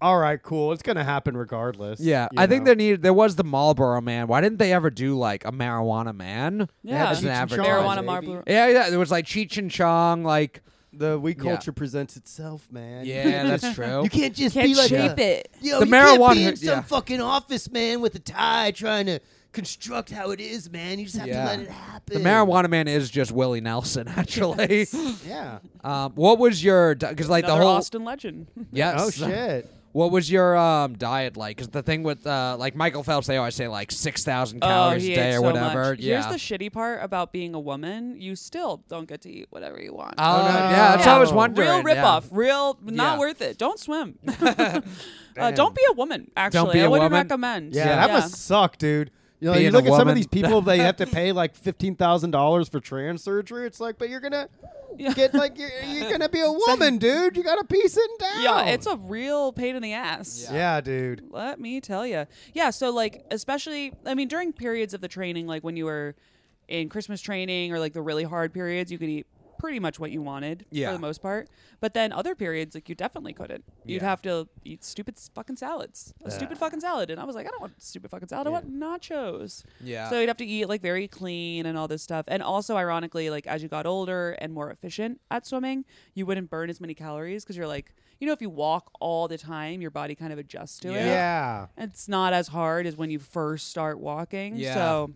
S1: all right, cool. It's gonna happen regardless.
S2: Yeah,
S1: you
S2: I think
S1: know?
S2: there needed there was the Marlboro Man. Why didn't they ever do like a marijuana man?
S3: Yeah.
S2: as an
S1: Cheech and
S2: advertisement.
S1: Chong,
S3: Marijuana
S1: baby.
S3: Marlboro.
S2: Yeah, yeah. There was like Cheech and Chong. Like,
S1: the we
S2: Yeah.
S1: culture presents itself, man. You [LAUGHS]
S2: yeah,
S1: can't
S2: that's
S1: just-
S2: true.
S1: You can't just
S4: Can't
S1: be like
S4: shape
S1: a,
S4: it.
S1: Yo,
S2: The
S1: you can't
S2: marijuana-
S1: be in some
S2: yeah.
S1: fucking office man with a tie trying to construct how it is, man. You just have
S2: Yeah.
S1: to let it happen.
S2: the Marijuana Man is just Willie Nelson, [LAUGHS] actually.
S1: [LAUGHS] Yeah.
S2: um, what was your because like
S3: Another
S2: the whole
S3: Austin legend. [LAUGHS]
S2: yes.
S1: Oh shit.
S2: [LAUGHS] What was your um, diet like? Because the thing with uh, like Michael Phelps, they always say like six thousand
S3: Oh,
S2: calories
S3: he
S2: a day
S3: ate
S2: or
S3: so
S2: whatever.
S3: much.
S2: Yeah.
S3: Here's the shitty part about being a woman: you still don't get to eat whatever you want.
S1: no.
S2: Oh, yeah, that's what I was
S1: Yeah.
S2: wondering.
S3: Real
S2: yeah.
S3: ripoff. Real not
S2: Yeah.
S3: worth it. Don't
S2: [LAUGHS]
S3: swim. [LAUGHS] uh, don't be a woman. Actually,
S2: be
S3: I
S2: a
S3: wouldn't
S2: woman?
S3: recommend.
S1: Yeah, that must suck, dude. You know,
S2: Being
S1: you look
S2: a
S1: at some
S2: woman.
S1: of these people, they have [LAUGHS] to pay like fifteen thousand dollars for trans surgery. It's like, but you're gonna
S3: Yeah.
S1: get like you're, you're gonna be a woman, dude. You gotta be sitting down.
S3: Yeah, it's a real pain in the ass.
S1: yeah, dude.
S3: Let me tell you. Yeah, so like especially I mean during periods of the training like when you were in Christmas training or like the really hard periods, you could eat pretty much what you wanted
S2: Yeah.
S3: for the most part. But then other periods like you definitely couldn't. You'd
S2: Yeah.
S3: have to eat stupid s- fucking salads. A stupid fucking salad and I was like I don't want stupid fucking salad. I want nachos.
S2: Yeah.
S3: So you'd have to eat like very clean and all this stuff. And also ironically like as you got older and more efficient at swimming, you wouldn't burn as many calories cuz you're like you know if you walk all the time, your body kind of adjusts to it.
S2: Yeah.
S1: Yeah.
S3: It's not as hard as when you first start walking.
S2: Yeah.
S3: So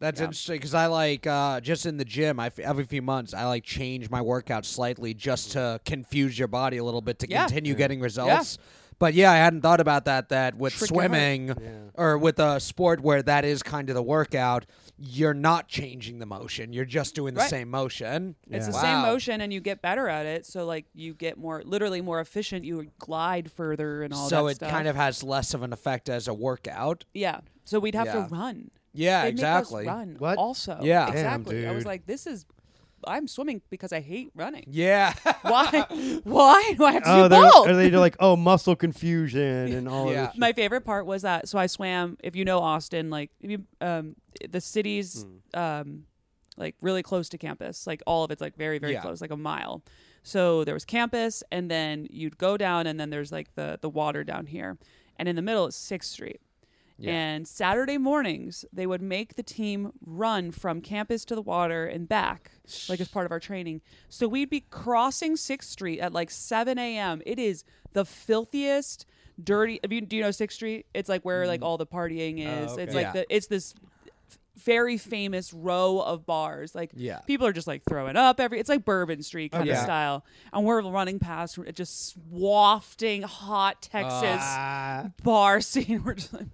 S2: That's
S3: Yeah.
S2: interesting because I like uh, just in the gym. I f- every few months I like change my workout slightly just to confuse your body a little bit to
S3: Yeah.
S2: continue getting results. But yeah, I hadn't thought about that. That with
S3: Trick it out.
S2: swimming or with a sport where that is kind of the workout, you're not changing the motion. You're just doing the
S3: Right.
S2: same motion.
S3: it's
S1: Yeah.
S3: the same
S2: Wow.
S3: motion and you get better at it. So like you get more literally more efficient, you glide further and all
S2: So
S3: that
S2: it
S3: stuff.
S2: kind of has less of an effect as a workout.
S3: Yeah. So we'd have
S2: Yeah.
S3: to run.
S2: Yeah,
S3: They'd
S2: exactly.
S3: Make us run
S1: What?
S3: also.
S2: Yeah. Damn,
S3: Exactly. I was
S1: dude.
S3: like, this is I'm swimming because I hate running.
S2: Yeah. [LAUGHS]
S3: Why why do I have to
S1: Oh,
S3: do
S1: they're,
S3: both?
S1: are they like oh muscle confusion and all
S2: Yeah.
S1: yeah.
S3: my favorite part was that so I swam. If you know Austin, like if you, um, the city's
S1: Hmm.
S3: um, like really close to campus, like all of it's like very very
S2: Yeah.
S3: close, like a mile. So there was campus, and then you'd go down, and then there's like the the water down here, and in the middle is Sixth Street.
S2: Yeah.
S3: And Saturday mornings, they would make the team run from campus to the water and back, like as part of our training. So we'd be crossing Sixth Street at like 7 a.m. It is the filthiest, dirty. If you, do you know Sixth Street? It's like where like all the partying is.
S1: okay.
S3: It's like
S2: Mm. Oh, Yeah.
S3: the it's this f- very famous row of bars. Like
S2: Yeah. Oh,
S3: people are just like throwing up every. It's like Bourbon Street kind of
S2: Okay.
S3: style, and we're running past just wafting hot
S2: Uh,
S3: Texas
S1: Ah,
S3: bar [LAUGHS] scene. We're just like,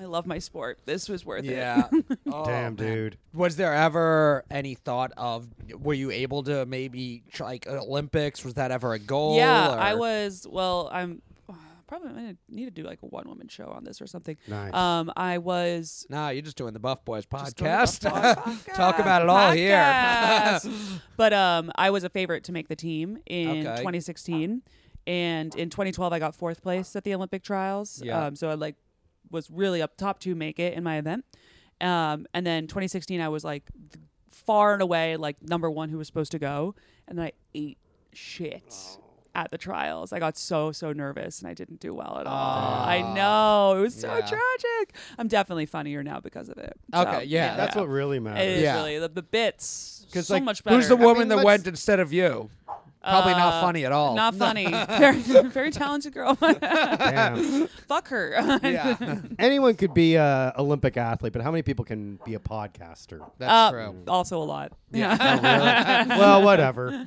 S3: I love my sport. This was worth
S2: yeah.
S3: [LAUGHS] it.
S2: Oh,
S1: damn,
S2: man.
S1: dude.
S2: Was there ever any thought of were you able to maybe try, like Olympics? Was that ever a goal?
S3: yeah,
S2: or-
S3: I was. Well, I'm uh, probably I am gonna need to do like a one woman show on this or something.
S1: Nice.
S3: Um, I was.
S2: Nah, you're just doing the Buff Boys
S3: just doing a
S2: podcast. [LAUGHS]
S3: podcast.
S2: Talk about it all here. [LAUGHS]
S3: Podcast. but um, I was a favorite to make the team in
S2: Okay.
S3: 2016, and in 2012 I got fourth place at the Olympic trials.
S2: Yeah.
S3: Um, so I like was really up top to make it in my event. Um, and then 2016 I was like th- far and away like number one who was supposed to go, and I ate shit. At the trials, I got so so nervous and I didn't do well at all. I know it was so
S2: Ah. Yeah.
S3: tragic. I'm definitely funnier now because of it.
S2: Okay, yeah,
S1: That's what really
S3: It
S1: matters.
S3: is
S2: Yeah.
S3: really the, the bits.
S1: 'Cause,
S3: so
S1: like,
S3: much better.
S2: Who's the woman that
S1: let's-
S2: went instead of you? Probably
S3: Uh,
S2: not funny at all.
S3: Not funny. very, very talented girl. [LAUGHS]
S1: Damn.
S3: Fuck her.
S2: [LAUGHS] Yeah,
S1: Anyone could be a Olympic athlete, but how many people can be a podcaster?
S2: [LAUGHS] that's
S3: Uh, [LAUGHS]
S2: true.
S3: Also a lot. [LAUGHS]
S2: Yeah.
S1: well, whatever.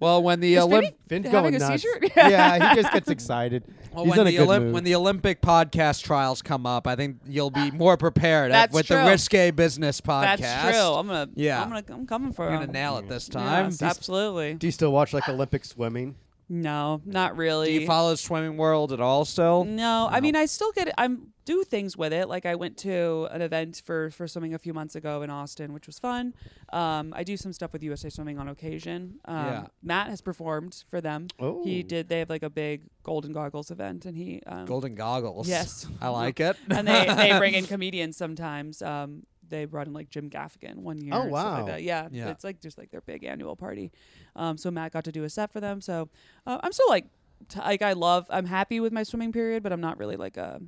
S2: Well, when the
S3: Is
S2: Olymp-
S3: Vinny-
S1: Finn's
S3: Having
S1: going
S3: a
S1: nuts.
S3: seizure?
S1: yeah, he just gets excited.
S2: well,
S1: He's
S2: when
S1: in a
S2: the
S1: good
S2: Olymp-
S1: mood.
S2: when the Olympic podcast trials come up, I think you'll be more prepared at-
S3: Uh, That's
S2: with the
S3: true.
S2: risque business podcast.
S3: That's true. I'm gonna.
S2: Yeah.
S3: I'm gonna. I'm coming for
S2: You're gonna
S3: him.
S2: nail it this time.
S3: Yes, absolutely.
S1: Do you still watch like Olympic swimming?
S3: No, not really.
S2: Do you follow swimming world at all still?
S3: No, I mean I still get it. I'm do things with it. Like I went to an event for for swimming a few months ago in Austin, which was fun. Um, I do some stuff with USA Swimming on occasion. Um,
S2: Yeah.
S3: Matt has performed for them. He
S1: Oh.
S3: did. They have like a big Golden Goggles event, and he um,
S2: Golden goggles.
S3: Yes. [LAUGHS]
S2: I like it.
S3: and they they bring
S2: [LAUGHS]
S3: in comedians sometimes. Um, they brought in like Jim Gaffigan one year.
S1: Oh,
S3: and stuff like
S1: wow.
S3: that. Yeah,
S2: Yeah.
S3: it's like just like their big annual party. Um, so Matt got to do a set for them. So uh, I'm still like t- like I love. I'm happy with my swimming period, but I'm not really like a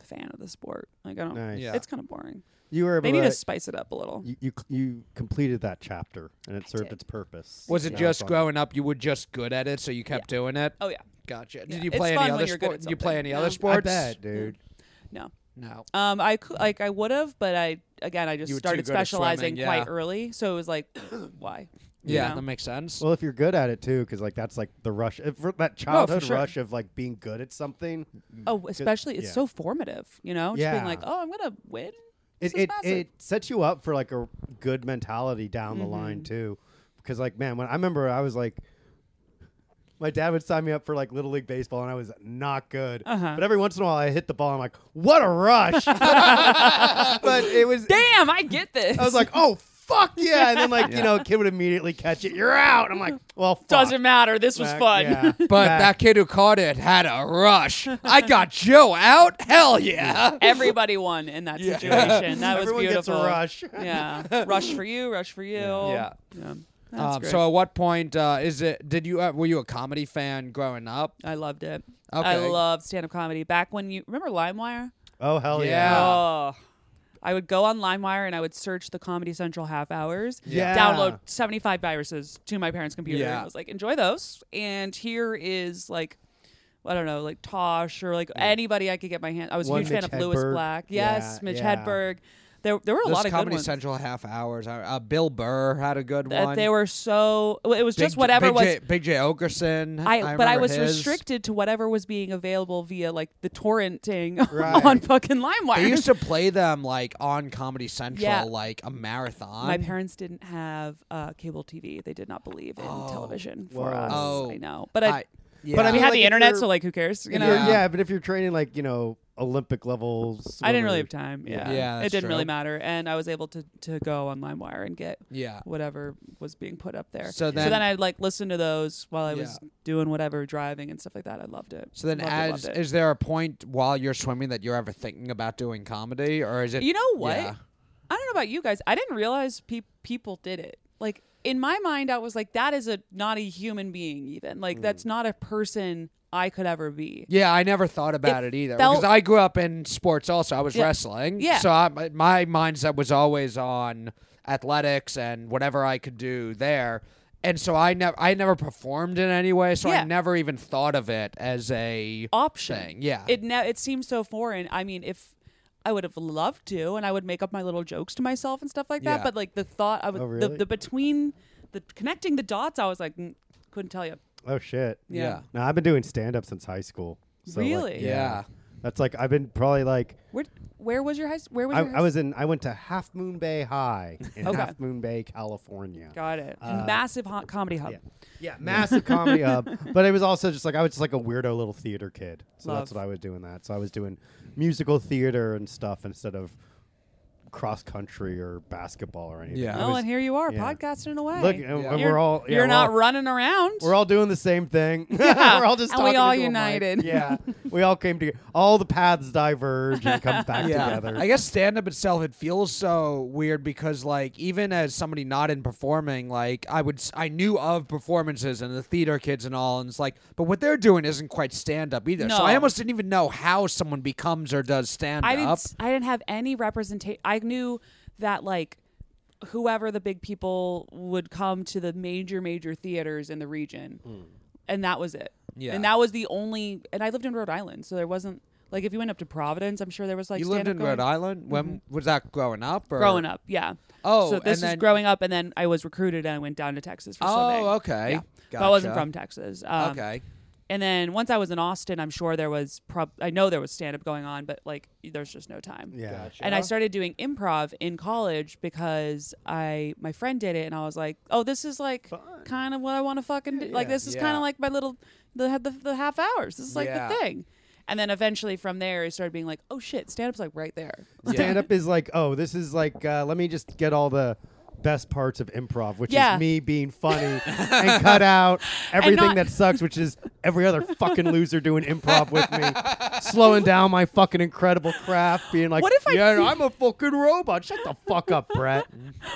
S3: fan of the sport. Like I don't.
S1: Nice.
S2: Yeah.
S3: It's kind of boring.
S1: You were able
S3: They need
S1: to,
S3: to spice it up a little.
S1: you, you you completed that chapter and it served
S3: did.
S1: its purpose.
S2: Was it
S1: Yeah.
S2: just
S1: Fun.
S2: growing up? You were just good at it, so you kept doing it.
S3: Oh yeah.
S2: Gotcha.
S3: Yeah,
S2: Did you
S3: it's
S2: play
S3: fun
S2: any
S3: when
S2: other
S3: you're good
S2: sports?
S3: at
S2: Did you play
S3: something,
S2: any
S3: you know?
S2: other
S3: I
S1: I
S2: sports?
S1: bet, dude.
S3: No.
S2: No.
S3: Um, I cou- like I would have, but I again I just
S2: You were too
S3: started
S2: good at
S3: specializing
S2: swimming, yeah.
S3: quite early, so it was like, [COUGHS] why? You
S2: Yeah,
S3: know?
S2: that makes sense.
S1: Well, if you're good at it too, because like that's like the rush, if, for that childhood
S3: sure.
S1: rush of like being good at something.
S3: Oh, especially it's
S1: yeah.
S3: so formative, you know, just
S1: Yeah.
S3: being like, oh, I'm gonna win. This
S1: It
S3: is
S1: it,
S3: massive.
S1: it sets you up for like a good mentality down
S3: Mm-hmm.
S1: the line too, because like man, when I remember I was like. My dad would sign me up for like little league baseball, and I was not good.
S3: Uh-huh.
S1: But every once in a while, I hit the ball. I'm like, "What a
S3: [LAUGHS]
S1: rush!" but it was
S3: Damn, I get this.
S1: I was like, oh fuck yeah! And then like you know, a kid would immediately catch it. You're out. I'm like, well, fuck.
S3: [LAUGHS] doesn't matter. This [LAUGHS] was
S1: Back-
S3: fun.
S1: yeah.
S2: But
S1: Back-
S2: that kid who caught it had a rush. I got Joe out. Hell yeah.
S3: [LAUGHS] Everybody won in that
S2: Yeah. [LAUGHS]
S3: situation. That was
S1: everyone
S3: beautiful.
S1: gets a rush. [LAUGHS]
S3: Yeah, rush for you, rush for you.
S2: Yeah.
S3: Yeah. That's
S2: Um,
S3: great.
S2: so at what point uh, is it? Did you uh, were you a comedy fan growing up?
S3: I loved it. I
S2: Okay.
S3: loved stand up comedy. Back when you remember LimeWire?
S1: Oh hell
S2: Yeah.
S1: yeah!
S3: Oh. I would go on LimeWire and I would search the Comedy Central half hours,
S1: Yeah.
S3: download 75 viruses to my parents' computer.
S2: Yeah.
S3: And I was like, enjoy those. And here is like, I don't know, like Tosh or like anybody I could get my hand. I was
S1: One
S3: a huge fan
S1: Mitch
S3: of Lewis
S1: Hedberg.
S3: Black.
S1: Yeah,
S3: Yes, Mitch
S1: yeah.
S3: Hedberg. There, there were a
S2: Those
S3: lot of good
S2: Comedy
S3: ones.
S2: Central half hours. Uh, uh, Bill Burr had a good
S3: That
S2: one.
S3: they were so. well, It was
S2: Big
S3: just
S2: J-
S3: whatever
S2: Big
S3: was.
S2: J, Big J Okerson.
S3: I, but I
S2: remember
S3: was
S2: his.
S3: restricted to whatever was being available via like the torrenting
S1: Right.
S3: [LAUGHS] on fucking LimeWire.
S2: They used to play them like on Comedy Central,
S3: Yeah.
S2: like a marathon.
S3: My parents didn't have uh, cable TV. They did not believe in
S2: Oh.
S3: television for
S1: Whoa.
S3: us.
S2: Oh.
S3: I know, but I,
S2: yeah.
S1: But I
S3: we
S1: mean,
S3: had
S1: like,
S3: the
S1: if
S3: internet,
S1: you're-
S3: so like, who cares? You
S1: If
S3: know,
S1: you're-
S2: Yeah.
S1: yeah, but if you're training like you know Olympic level,
S3: I didn't really have
S1: swimmer-
S3: time.
S1: Yeah.
S3: Yeah,
S2: Yeah,
S3: it
S2: that's
S3: didn't really
S2: true.
S3: matter, and I was able to to go on LimeWire and get
S2: yeah.
S3: whatever was being put up there.
S2: So
S3: so
S2: then-
S3: then I'd like listen to those while I was
S2: Yeah.
S3: doing whatever, driving and stuff like that. I loved it.
S2: So then,
S3: Loved it,
S2: as
S3: loved it.
S2: is there a point while you're swimming that you're ever thinking about doing comedy, or is it?
S3: You know what?
S2: Yeah.
S3: I don't know about you guys. I didn't realize pe- people did it. Like in my mind, I was like, that is a not a human being. Even like
S1: Mm.
S3: that's not a person I could ever be.
S2: Yeah, I never thought about it,
S3: It
S2: either
S3: felt-
S2: because I grew up in sports. Also, I was
S3: Yeah.
S2: wrestling.
S3: Yeah.
S2: So I, my- my mindset was always on athletics and whatever I could do there. And so I never, I never performed in any way. So I
S3: Yeah.
S2: never even thought of it as a
S3: Option.
S2: thing. Yeah.
S3: It now it seems so foreign. I mean, if I would have loved to, and I would make up my little jokes to myself and stuff like that.
S2: Yeah.
S3: But like the thought, I would
S1: Oh,
S3: the,
S1: really?
S3: the between the connecting the dots, I was like, mm, couldn't tell you.
S1: Oh shit!
S3: Yeah.
S1: No, I've been doing stand up since high school. So, like,
S3: Really?
S2: Yeah.
S1: That's like I've been probably like
S3: Where where was your high? s- Where was
S1: I,
S3: your high
S1: I was in I went to Half Moon Bay
S3: [LAUGHS]
S1: High in
S3: Okay.
S1: Half Moon Bay, California.
S3: Got it. Massive hot comedy
S1: uh,
S3: hub.
S1: Yeah. Yeah, massive
S3: [LAUGHS]
S1: comedy hub. But it was also just like I was just like a weirdo little theater kid. So that's
S3: Love.
S1: what I was doing that. So I was doing musical theater and stuff instead of cross country or basketball or anything.
S2: Yeah.
S1: I
S3: Oh,
S1: was-
S3: and here you are
S1: yeah.
S3: podcasting away.
S1: look, and,
S2: Yeah.
S1: and
S3: You're-
S1: we're all yeah,
S3: you're
S1: we're
S3: not
S1: all-
S3: running around.
S1: We're all doing the same [LAUGHS] thing. we're all just
S3: [LAUGHS] and we
S1: talking
S3: all
S1: into a mic.
S3: united.
S1: Yeah, we all came together. All the paths diverge and come [LAUGHS]
S2: [LAUGHS]
S1: back together.
S2: I guess stand up itself it feels so weird because like even as somebody not in performing, like I would s- I knew of performances and the theater kids and all, and it's like, but what they're doing isn't quite stand up either. So
S3: No.
S2: I almost didn't even know how someone becomes or does stand
S3: I didn't.
S2: up.
S3: s- I didn't have any representation. I knew that like whoever the big people would come to the major major theaters in the region, and that was it.
S2: Hmm. Yeah.
S3: and that was the only. And I lived in Rhode Island, so there wasn't like if you went up to Providence, I'm sure there was like
S2: You lived
S3: stand-up
S2: in Rhode
S3: going-
S2: Island. When was that growing up? Or?
S3: Growing up, yeah.
S2: Oh,
S3: so
S2: and
S3: this
S2: then-
S3: is growing up, and then I was recruited and I went down to Texas for
S2: Oh,
S3: swimming.
S2: okay.
S3: Yeah. But I wasn't
S2: Gotcha.
S3: from Texas. Um, [LAUGHS]
S2: okay.
S3: And then once I was in Austin, I'm sure there was prob I know there was stand up going on, but like there's just no time.
S1: Yeah.
S3: And I started doing improv in college because I my friend did it and I was like, "Oh, this is like kind of what I want to fucking do. Like
S1: yeah.
S3: this is kind
S2: Yeah.
S3: of like my little the the, the half hours. This is like
S2: Yeah.
S3: the thing." And then eventually from there, I started being like, "Oh shit, stand up's like right there." [GASPS]
S1: stand up is like oh this is like uh, let me just get all the best parts of improv which
S3: Yeah. [LAUGHS]
S1: is me being funny and cut out everything
S3: not-
S1: that sucks which is every other fucking loser doing improv with
S3: [LAUGHS]
S1: me, slowing down my fucking incredible craft, being like,
S3: What if I- [LAUGHS]
S1: "Yeah, I'm a fucking robot. Shut the fuck up, Brett."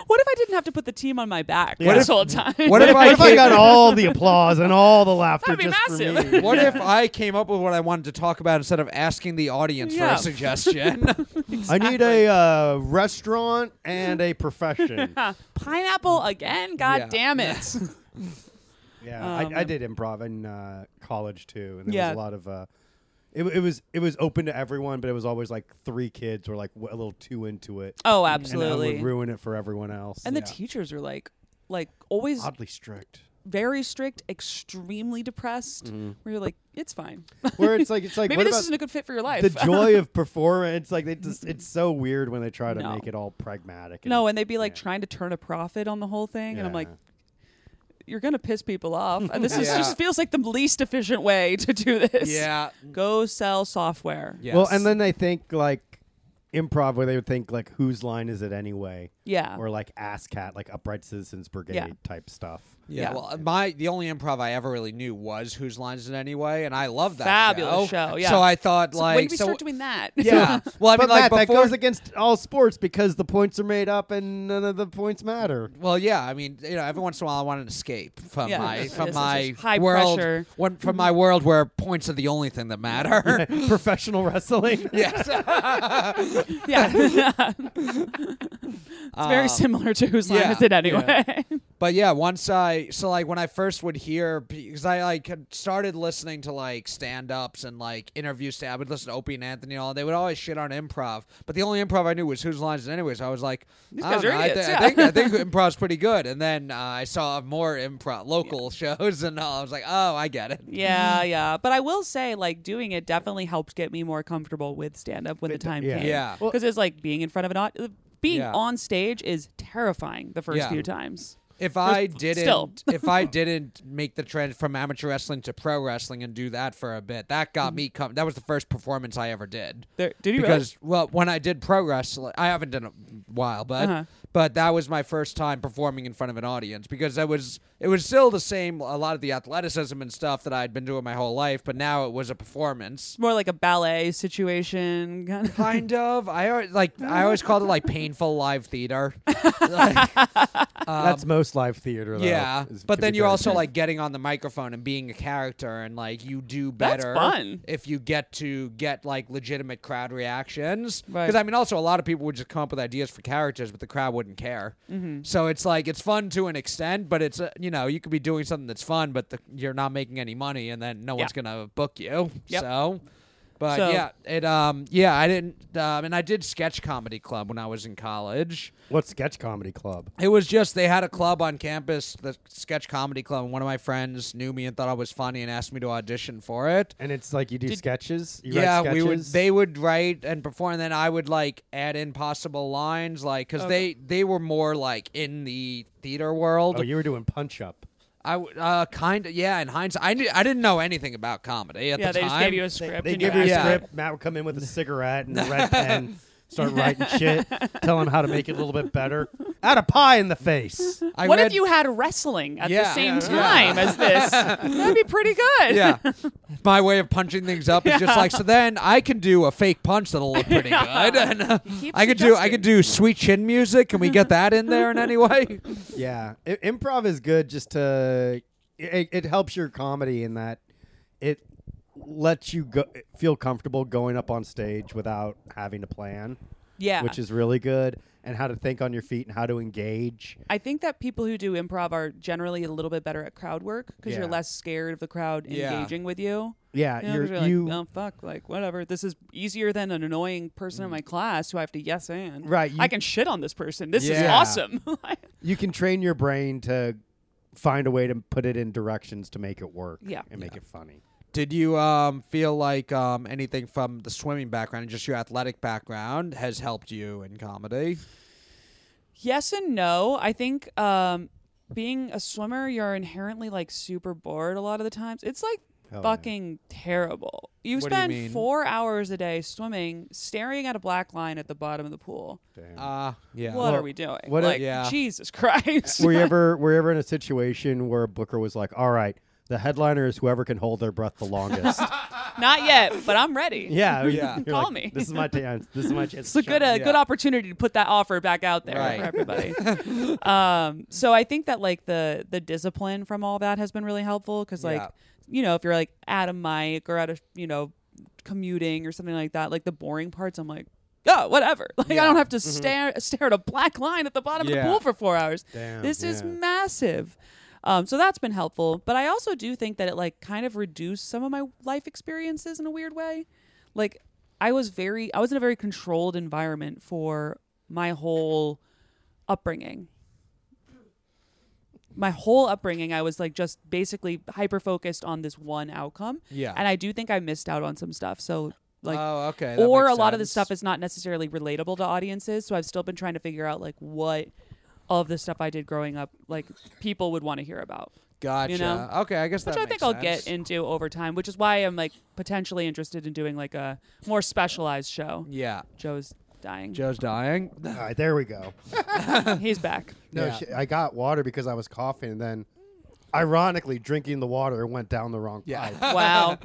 S3: What if I didn't have to put the team on my back
S1: Yeah.
S3: this
S1: What if-
S3: whole time?
S1: What
S2: what
S1: if, I,
S3: [LAUGHS]
S2: came-
S1: got all the applause and all the laughter
S3: That'd be
S1: just for
S3: massive.
S1: me?
S2: What if I came up with what I wanted to talk about instead of asking the audience
S3: Yeah.
S2: for a suggestion?
S3: [LAUGHS]
S1: I need a uh, restaurant and a
S3: [LAUGHS]
S1: profession.
S3: Huh. Pineapple again? God
S2: Yeah.
S1: [LAUGHS]
S3: damn it.
S1: Yeah,
S3: Um,
S1: I, I did improv in uh, college too, and there
S3: Yeah.
S1: was a lot of. Uh, it, it was it was open to everyone, but it was always like three kids were like w- a little too into it,
S3: oh,
S1: and that
S3: absolutely.
S1: would ruin it for everyone else.
S3: And the
S1: Yeah.
S3: teachers are like, like always
S1: oddly strict,
S3: very strict, extremely depressed. Where you're like, it's fine. [LAUGHS]
S1: where it's like it's like
S3: Maybe
S1: what
S3: this
S1: about
S3: isn't a good fit for your life.
S1: the joy of performance? It's Like they just it's so weird when they try to
S3: No.
S1: make it all pragmatic. and-
S3: [LAUGHS] no, and they'd be like
S1: Yeah.
S3: trying to turn a profit on the whole thing, and I'm like,
S1: Yeah.
S3: you're gonna piss people off, and this is
S2: Yeah.
S3: just feels like the least efficient way to do this.
S2: yeah.
S3: Go sell software.
S2: Yes.
S1: Well, and then they think like improv, where they would think like whose line is it anyway,
S3: Yeah.
S1: or like ASCAT, like Upright Citizens Brigade type stuff.
S2: Yeah.
S3: Yeah.
S2: Well, my the only improv I ever really knew was Whose Lines It Anyway, and I love that
S3: Fabulous show, yeah.
S2: So I thought
S3: So
S2: like
S3: when do we
S2: so-
S3: start doing that?
S2: [LAUGHS] yeah. well, I
S1: but
S2: mean like
S1: Matt, that
S2: before
S1: goes against all sports because the points are made up and none of the points matter. [LAUGHS]
S2: well, yeah. I mean, you know, every once in a while I want an escape from
S3: Yeah.
S2: my
S3: Yes,
S2: from
S3: yes,
S2: my
S3: yes. High
S2: world
S3: pressure.
S2: when- from my world where points are the only thing that matter.
S1: Professional
S2: [LAUGHS]
S1: wrestling.
S3: [LAUGHS]
S2: yes.
S3: [LAUGHS]
S2: [LAUGHS]
S3: yeah. it's very
S2: Um,
S3: similar to whose line
S2: yeah,
S3: is it anyway.
S2: But yeah, once I so like when I first would hear because I like had started listening to like stand ups and like interview stand I would listen to Opie and Anthony and all they would always shit on improv. But the only improv I knew was whose lines it anyway, so I was like I,
S3: guys
S2: don't
S3: are
S2: know, I,
S3: idiots,
S2: thi- I
S3: yeah.
S2: think
S3: [LAUGHS]
S2: I think improv's pretty good. And then uh, I saw more improv local shows and all. I was like, Oh, I get it.
S3: yeah,
S2: Mm-hmm.
S3: yeah. But I will say, like, doing it definitely helped get me more comfortable with stand up when the time
S1: yeah.
S3: came.
S2: Yeah.
S1: Well-
S3: Because it's like being in front of an audience. Being
S2: Yeah.
S3: on stage is terrifying the first
S2: Yeah.
S3: few times.
S2: If I didn't,
S3: still. [LAUGHS]
S2: if I didn't make the trend from amateur wrestling to pro wrestling and do that for a bit, that
S3: Mm-hmm.
S2: got me. Com- that was the first performance I ever did.
S3: There, did you uh,
S2: because well, when I did pro wrestling, I haven't done it in a while, but
S3: Uh-huh.
S2: but that was my first time performing in front of an audience because that was it was still the same. A lot of the athleticism and stuff that I'd been doing my whole life, but now it was a performance.
S3: [LAUGHS] It's more like a ballet situation. Kind of.
S2: Kind of. I always, like.
S3: [LAUGHS]
S2: I always called it like painful live theater. Like,
S1: That's most live theater. Though,
S2: Um, yeah,
S1: is-
S2: but
S1: can
S2: then
S1: be
S2: you're
S1: very
S2: also
S1: painful.
S2: like getting on the microphone and being a character, and like you do
S3: That's
S2: better
S3: fun.
S2: if you get to get like legitimate crowd reactions.
S3: Right.
S2: Because I mean, also a lot of people would just come up with ideas for characters, but the crowd wouldn't care.
S3: Mm-hmm.
S2: So it's like it's fun to an extent, but it's uh, you know you could be doing something that's fun, but the, you're not making any money, and then no
S3: Yeah.
S2: one's gonna book you.
S3: Yep.
S2: So. But
S3: So-
S2: yeah, it um yeah I didn't um, and I did sketch comedy club when I was in college.
S1: what sketch comedy club?
S2: It was just they had a club on campus, the sketch comedy club, and one of my friends knew me and thought I was funny and asked me to audition for it.
S1: And it's like you do sketches. You
S2: yeah,
S1: write sketches.
S2: we would. They would write and perform, and then I would like add in possible lines, like because
S3: Okay.
S2: they they were more like in the theater world.
S1: oh, you were doing punch up.
S2: I w- uh, kind of yeah. In hindsight, I knew, I didn't know anything about comedy at
S3: Yeah,
S2: the
S3: they
S2: time.
S3: just gave you a
S1: They,
S3: script.
S1: they
S3: and
S1: give
S3: you
S1: you a
S2: asked-
S3: asked-
S2: Yeah.
S1: script. Matt would come in with a cigarette and a
S3: [LAUGHS]
S1: red pen, start writing shit, tell him how to make it a little bit better. Out of pie in the face.
S2: I
S3: what
S2: read-
S3: if you had wrestling at the
S2: Yeah.
S3: same
S2: Yeah.
S3: time as
S2: [LAUGHS]
S3: this? That'd be pretty good.
S2: yeah. My way of punching things up is just like so. Then I can do a fake punch that'll
S3: [LAUGHS]
S2: look pretty good, [LAUGHS] and uh,
S3: Keep
S2: I could do I could do sweet chin music. Can
S3: [LAUGHS]
S2: we get that in there in any way? [LAUGHS]
S1: Yeah, I- improv is good just to it, it helps your comedy in that it lets you go feel comfortable going up on stage without having a plan,
S3: [LAUGHS] Yeah.
S1: which is really good and how to think on your feet and how to engage.
S3: I think that people who do improv are generally a little bit better at crowd work because
S1: Yeah.
S3: you're less scared of the crowd
S2: Yeah.
S3: engaging with you.
S1: Yeah,
S3: You know, 'cause
S1: you're,
S3: you're like,
S1: you
S3: oh fuck, like whatever. This is easier than an annoying person in my class who I have to yes and.
S1: Mm. Right, you-
S3: I can shit on this person. This is
S2: Yeah.
S3: awesome. [LAUGHS] Like,
S1: you can train your brain to find a way to put it in directions to make it work
S3: Yeah.
S1: and make it funny.
S2: Did you um, feel like um, anything from the swimming background and just your athletic background has helped you in comedy?
S3: yes and no. I think um, being a swimmer, you're inherently like super bored a lot of the times. It's like
S1: Hell yeah.
S3: fucking terrible. You
S2: What do you
S3: spend
S2: mean?
S3: four hours a day swimming, staring at a black line at the bottom of the pool.
S1: Damn. [LAUGHS]
S2: Uh, yeah.
S3: What
S1: Well,
S3: are we doing?
S1: what if-
S3: like
S2: Yeah.
S3: Jesus [LAUGHS] Christ.
S1: were you ever were you ever in a situation where Booker was like, "All right, The headliner is whoever can hold their breath the
S3: [LAUGHS]
S1: longest.
S3: Not yet, but I'm ready.
S1: yeah,
S2: Yeah.
S1: you're
S3: Call
S1: like,
S3: me.
S1: This is my chance. This is my chance.
S3: It's a good a
S2: Yeah.
S3: good opportunity to put that offer back out there
S2: Right.
S3: for
S2: [LAUGHS]
S3: everybody. um, so I think that like the the discipline from all that has been really helpful because like
S2: Yeah.
S3: you know if you're like at a mic or at a you know commuting or something like that, like the boring parts, I'm like. Oh, whatever. [LAUGHS] Like I
S2: Yeah. Mm-hmm.
S3: don't have to stare stare at a black line at the bottom of
S2: Yeah.
S3: the pool for four hours.
S1: Damn,
S3: this is
S1: yeah.
S3: massive. Um, so that's been helpful. But I also do think that it like kind of reduced some of my life experiences in a weird way. Like I was very I was in a very controlled environment for my whole upbringing. My whole upbringing, I was like just basically hyper focused on this one outcome.
S2: Yeah.
S3: And I do think I missed out on some stuff. So like
S2: oh, okay. that
S3: or a
S2: makes
S3: lot of this
S2: sense.
S3: stuff is not necessarily relatable to audiences. So I've still been trying to figure out like what of the stuff I did growing up, like people would want to hear about,
S2: Gotcha.
S3: know?
S2: Okay, I guess
S3: which
S2: that
S3: I think
S2: makes
S3: I'll
S2: sense.
S3: get into over time. Which is why I'm like potentially interested in doing like a more specialized show.
S2: Yeah.
S3: Joe's dying.
S2: Joe's dying.
S1: All right, there we go.
S3: [LAUGHS] He's
S2: [LAUGHS]
S3: back.
S1: No,
S2: Yeah.
S1: shit, I got water because I was coughing, and then, ironically, drinking the water went down the wrong
S2: Yeah.
S1: pipe.
S3: Wow.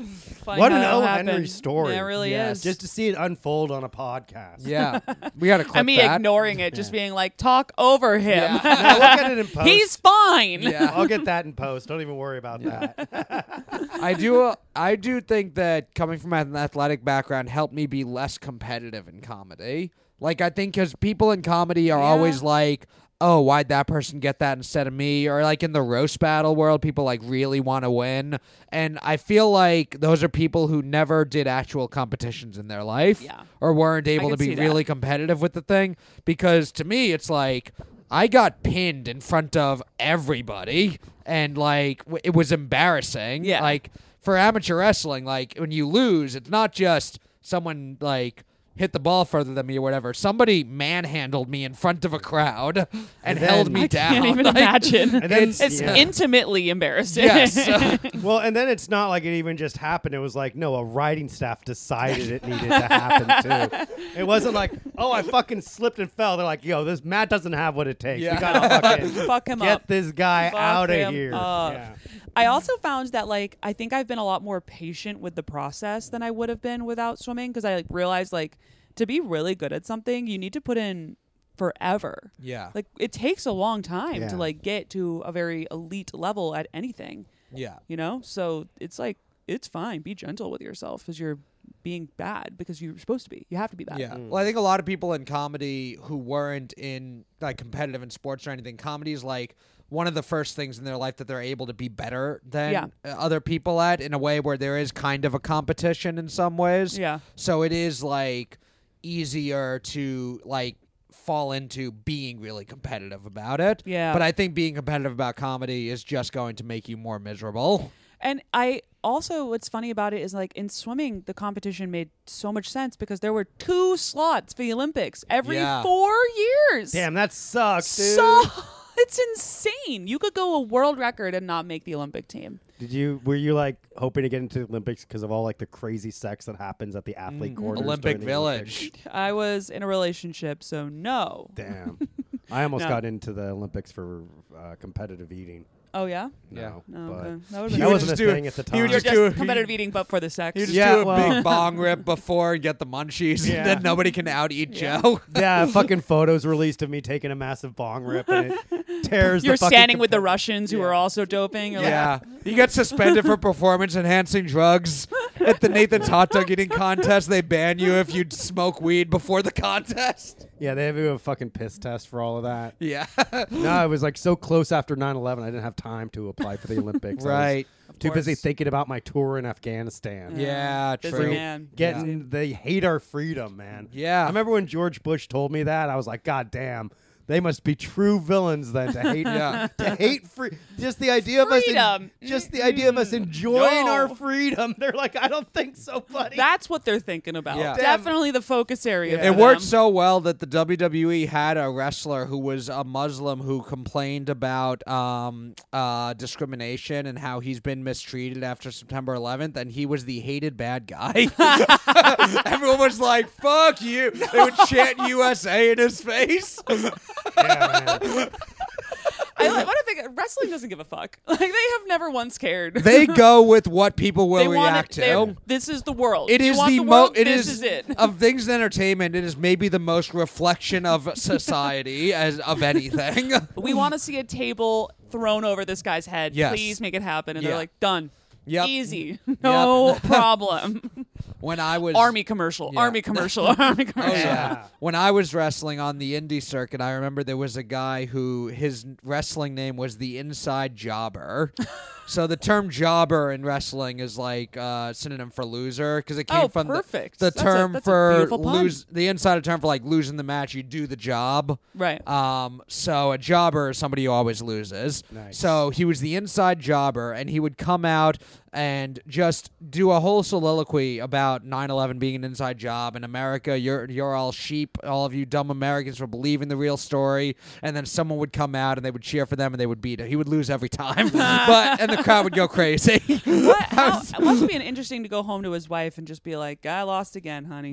S3: Funny
S1: What
S3: how
S1: an
S3: that
S1: elementary
S3: happened.
S1: story.
S3: It really
S2: Yes.
S3: is.
S1: Just to see it unfold on a podcast.
S2: [LAUGHS] Yeah. We got to clip
S3: I mean,
S2: that.
S3: ignoring it, just being like, talk over him.
S2: Yeah. [LAUGHS]
S1: Now look at it in post.
S3: [LAUGHS] He's fine. [LAUGHS]
S2: Yeah.
S1: I'll get that in post. Don't even worry about that.
S2: I do. Uh, I do think that coming from an athletic background helped me be less competitive in comedy. Like I think because people in comedy are
S3: Yeah.
S2: always like, "Oh, why'd that person get that instead of me?" Or like in the roast battle world, people like really want to win, and I feel like those are people who never did actual competitions in their life,
S3: Yeah.
S2: or weren't able to
S3: can see
S2: be
S3: that.
S2: really competitive with the thing. Because to me, it's like. I got pinned in front of everybody, and like w- it was embarrassing.
S3: Yeah.
S2: like for amateur wrestling, like when you lose, it's not just someone like hit the ball further than me or whatever. Somebody manhandled me in front of a crowd
S1: then-
S2: and, held me
S1: I
S2: down.
S3: Can't even
S2: [LAUGHS] Like,
S3: imagine.
S1: And then-
S3: it's
S1: yeah.
S3: intimately embarrassing. [LAUGHS]
S2: Yes.
S1: well, and then it's not like it even just happened. It was like, no, a writing staff decided it needed to
S3: [LAUGHS]
S1: happen too. It wasn't like, oh, I fucking slipped and fell. They're like, yo, this Matt doesn't have what it takes.
S2: Yeah.
S1: We
S3: [LAUGHS]
S1: gotta fucking
S3: Fuck him
S1: get
S3: up.
S1: this guy
S3: Fuck
S1: out
S3: him
S1: of here.
S3: up.
S1: Yeah.
S3: I also found that like I think I've been a lot more patient with the process than I would have been without swimming because I like realized like to be really good at something you need to put in forever.
S2: Yeah.
S3: Like it takes a long time
S1: Yeah.
S3: to like get to a very elite level at anything,
S2: yeah.
S3: you know? So it's like it's fine. Be gentle with yourself because you're being bad because you're supposed to be. You have to be bad.
S2: Yeah. Well, I think a lot of people in comedy who weren't in like competitive in sports or anything, comedy is like one of the first things in their life that they're able to be better than
S3: Yeah.
S2: uh, other people at in a way where there is kind of a competition in some ways.
S3: Yeah.
S2: So it is like easier to like fall into being really competitive about it.
S3: Yeah.
S2: But I think being competitive about comedy is just going to make you more miserable.
S3: And I also, what's funny about it is like in swimming, the competition made so much sense because there were two slots for the Olympics every
S2: Yeah.
S3: four years.
S1: Damn, that sucks, dude.
S3: so [LAUGHS] it's insane. You could go a world record and not make the Olympic team.
S1: Did you were you like hoping to get into the Olympics because of all like the crazy sex that happens at the
S3: Mm.
S1: athlete quarters?
S2: Olympic
S1: during the
S2: Village.
S3: I was in a relationship, so no.
S1: Olympics?
S2: [LAUGHS]
S1: Damn. I almost
S3: No.
S1: got into the Olympics for uh, competitive eating.
S3: Oh yeah,
S2: Yeah.
S1: No,
S3: no,
S1: but
S3: okay. that would
S1: That
S3: have
S2: You
S3: been.
S2: would
S1: wasn't
S2: just
S1: a
S2: do-
S1: thing at the
S2: you
S1: time.
S2: would
S3: You're
S2: just do a-
S3: just competitive eating, but for the sex.
S2: You just
S1: Yeah,
S2: do a
S1: well-
S2: big bong rip before and get the munchies,
S1: Yeah.
S2: and then nobody can out eat
S3: Yeah.
S2: Joe.
S3: [LAUGHS]
S1: yeah, fucking photos released of me taking a massive bong rip and
S3: [LAUGHS]
S1: it tears.
S3: You're
S1: the fucking
S3: standing with the
S1: compet-
S3: Russians who are also
S2: [LAUGHS]
S3: doping. You're like,
S2: Yeah. You get suspended for performance enhancing drugs at the Nathan's hot dog eating contest. They ban you if you smoke weed before the contest.
S1: [LAUGHS]
S2: [LAUGHS]
S1: Yeah, they have you a fucking piss test for all of
S3: [LAUGHS]
S1: that.
S2: Yeah.
S1: No, it was like so close after 9/11, I didn't have time to apply for the Olympics. I was
S2: Right.
S3: Of
S1: too busy
S3: course.
S1: thinking about my tour in Afghanistan.
S2: Yeah,
S3: Busy
S2: true.
S3: "Oh, man.
S1: Getting they hate our freedom, man.
S2: Yeah.
S1: I remember when George Bush told me that, I was like, God damn, they must be true villains then to
S3: [LAUGHS]
S1: hate
S2: Yeah.
S1: to hate free just the idea of us en-
S3: Freedom.
S1: just the idea of us enjoying
S3: No.
S1: our freedom. [LAUGHS] They're like, I don't think so, buddy.
S3: That's what they're thinking about.
S2: Yeah.
S3: Definitely the focus area.
S1: Yeah.
S2: It
S3: for
S2: worked
S3: them.
S2: so well that the WWE had a wrestler who was a Muslim who complained about um, uh, discrimination and how he's been mistreated after September 11th, and he was the hated
S3: [LAUGHS]
S2: bad guy. [LAUGHS] Everyone was like, "Fuck you!" They would chant USA in his face.
S1: Yeah, man.
S3: I like, want to think wrestling doesn't give a fuck. [LAUGHS] Like they have never once cared.
S2: They go with what people
S3: [LAUGHS]
S2: will
S3: They want
S2: react
S3: it- they're-
S2: to.
S3: This is the world.
S2: It
S3: You
S2: is
S3: want
S2: the,
S3: the
S2: mo-
S3: world,
S2: It
S3: this
S2: is
S3: is it. [LAUGHS]
S2: of things in entertainment. It is maybe the most reflection of society as of anything. [LAUGHS]
S3: we want to see a table thrown over this guy's head.
S2: Yes.
S3: Please make it happen. And
S2: Yeah.
S3: they're like, done.
S2: Yep.
S3: Easy. [LAUGHS]
S2: [LAUGHS]
S3: No problem.
S2: when I was
S3: Army commercial.
S2: Yeah.
S3: Army
S2: [LAUGHS]
S3: commercial. [LAUGHS] Army
S2: Oh
S3: commercial.
S2: yeah. when I was wrestling on the indie circuit, I remember there was a guy who his wrestling name was the Inside Jobber. so the term jobber in wrestling is like uh, synonym for loser because it came
S3: Oh,
S2: from the-
S3: perfect.
S2: the,
S3: That's a-
S2: term
S3: that's a
S2: for
S3: beautiful pun.
S2: lose the insider term for like losing the match. You do the job.
S3: Right.
S2: Um, so a jobber is somebody who always loses.
S1: Nice.
S2: So he was the inside jobber, and he would come out and just do a whole soliloquy about 9/11 being an inside job in America. You're you're all sheep, all of you dumb Americans for believing the real story. And then someone would come out and they would cheer for them, and they would beat him. He would lose every time, but and the crowd would go crazy. [LAUGHS]
S3: What, how, it must be an interesting to go home to his wife and just be like, I lost again,
S2: [LAUGHS]
S3: honey.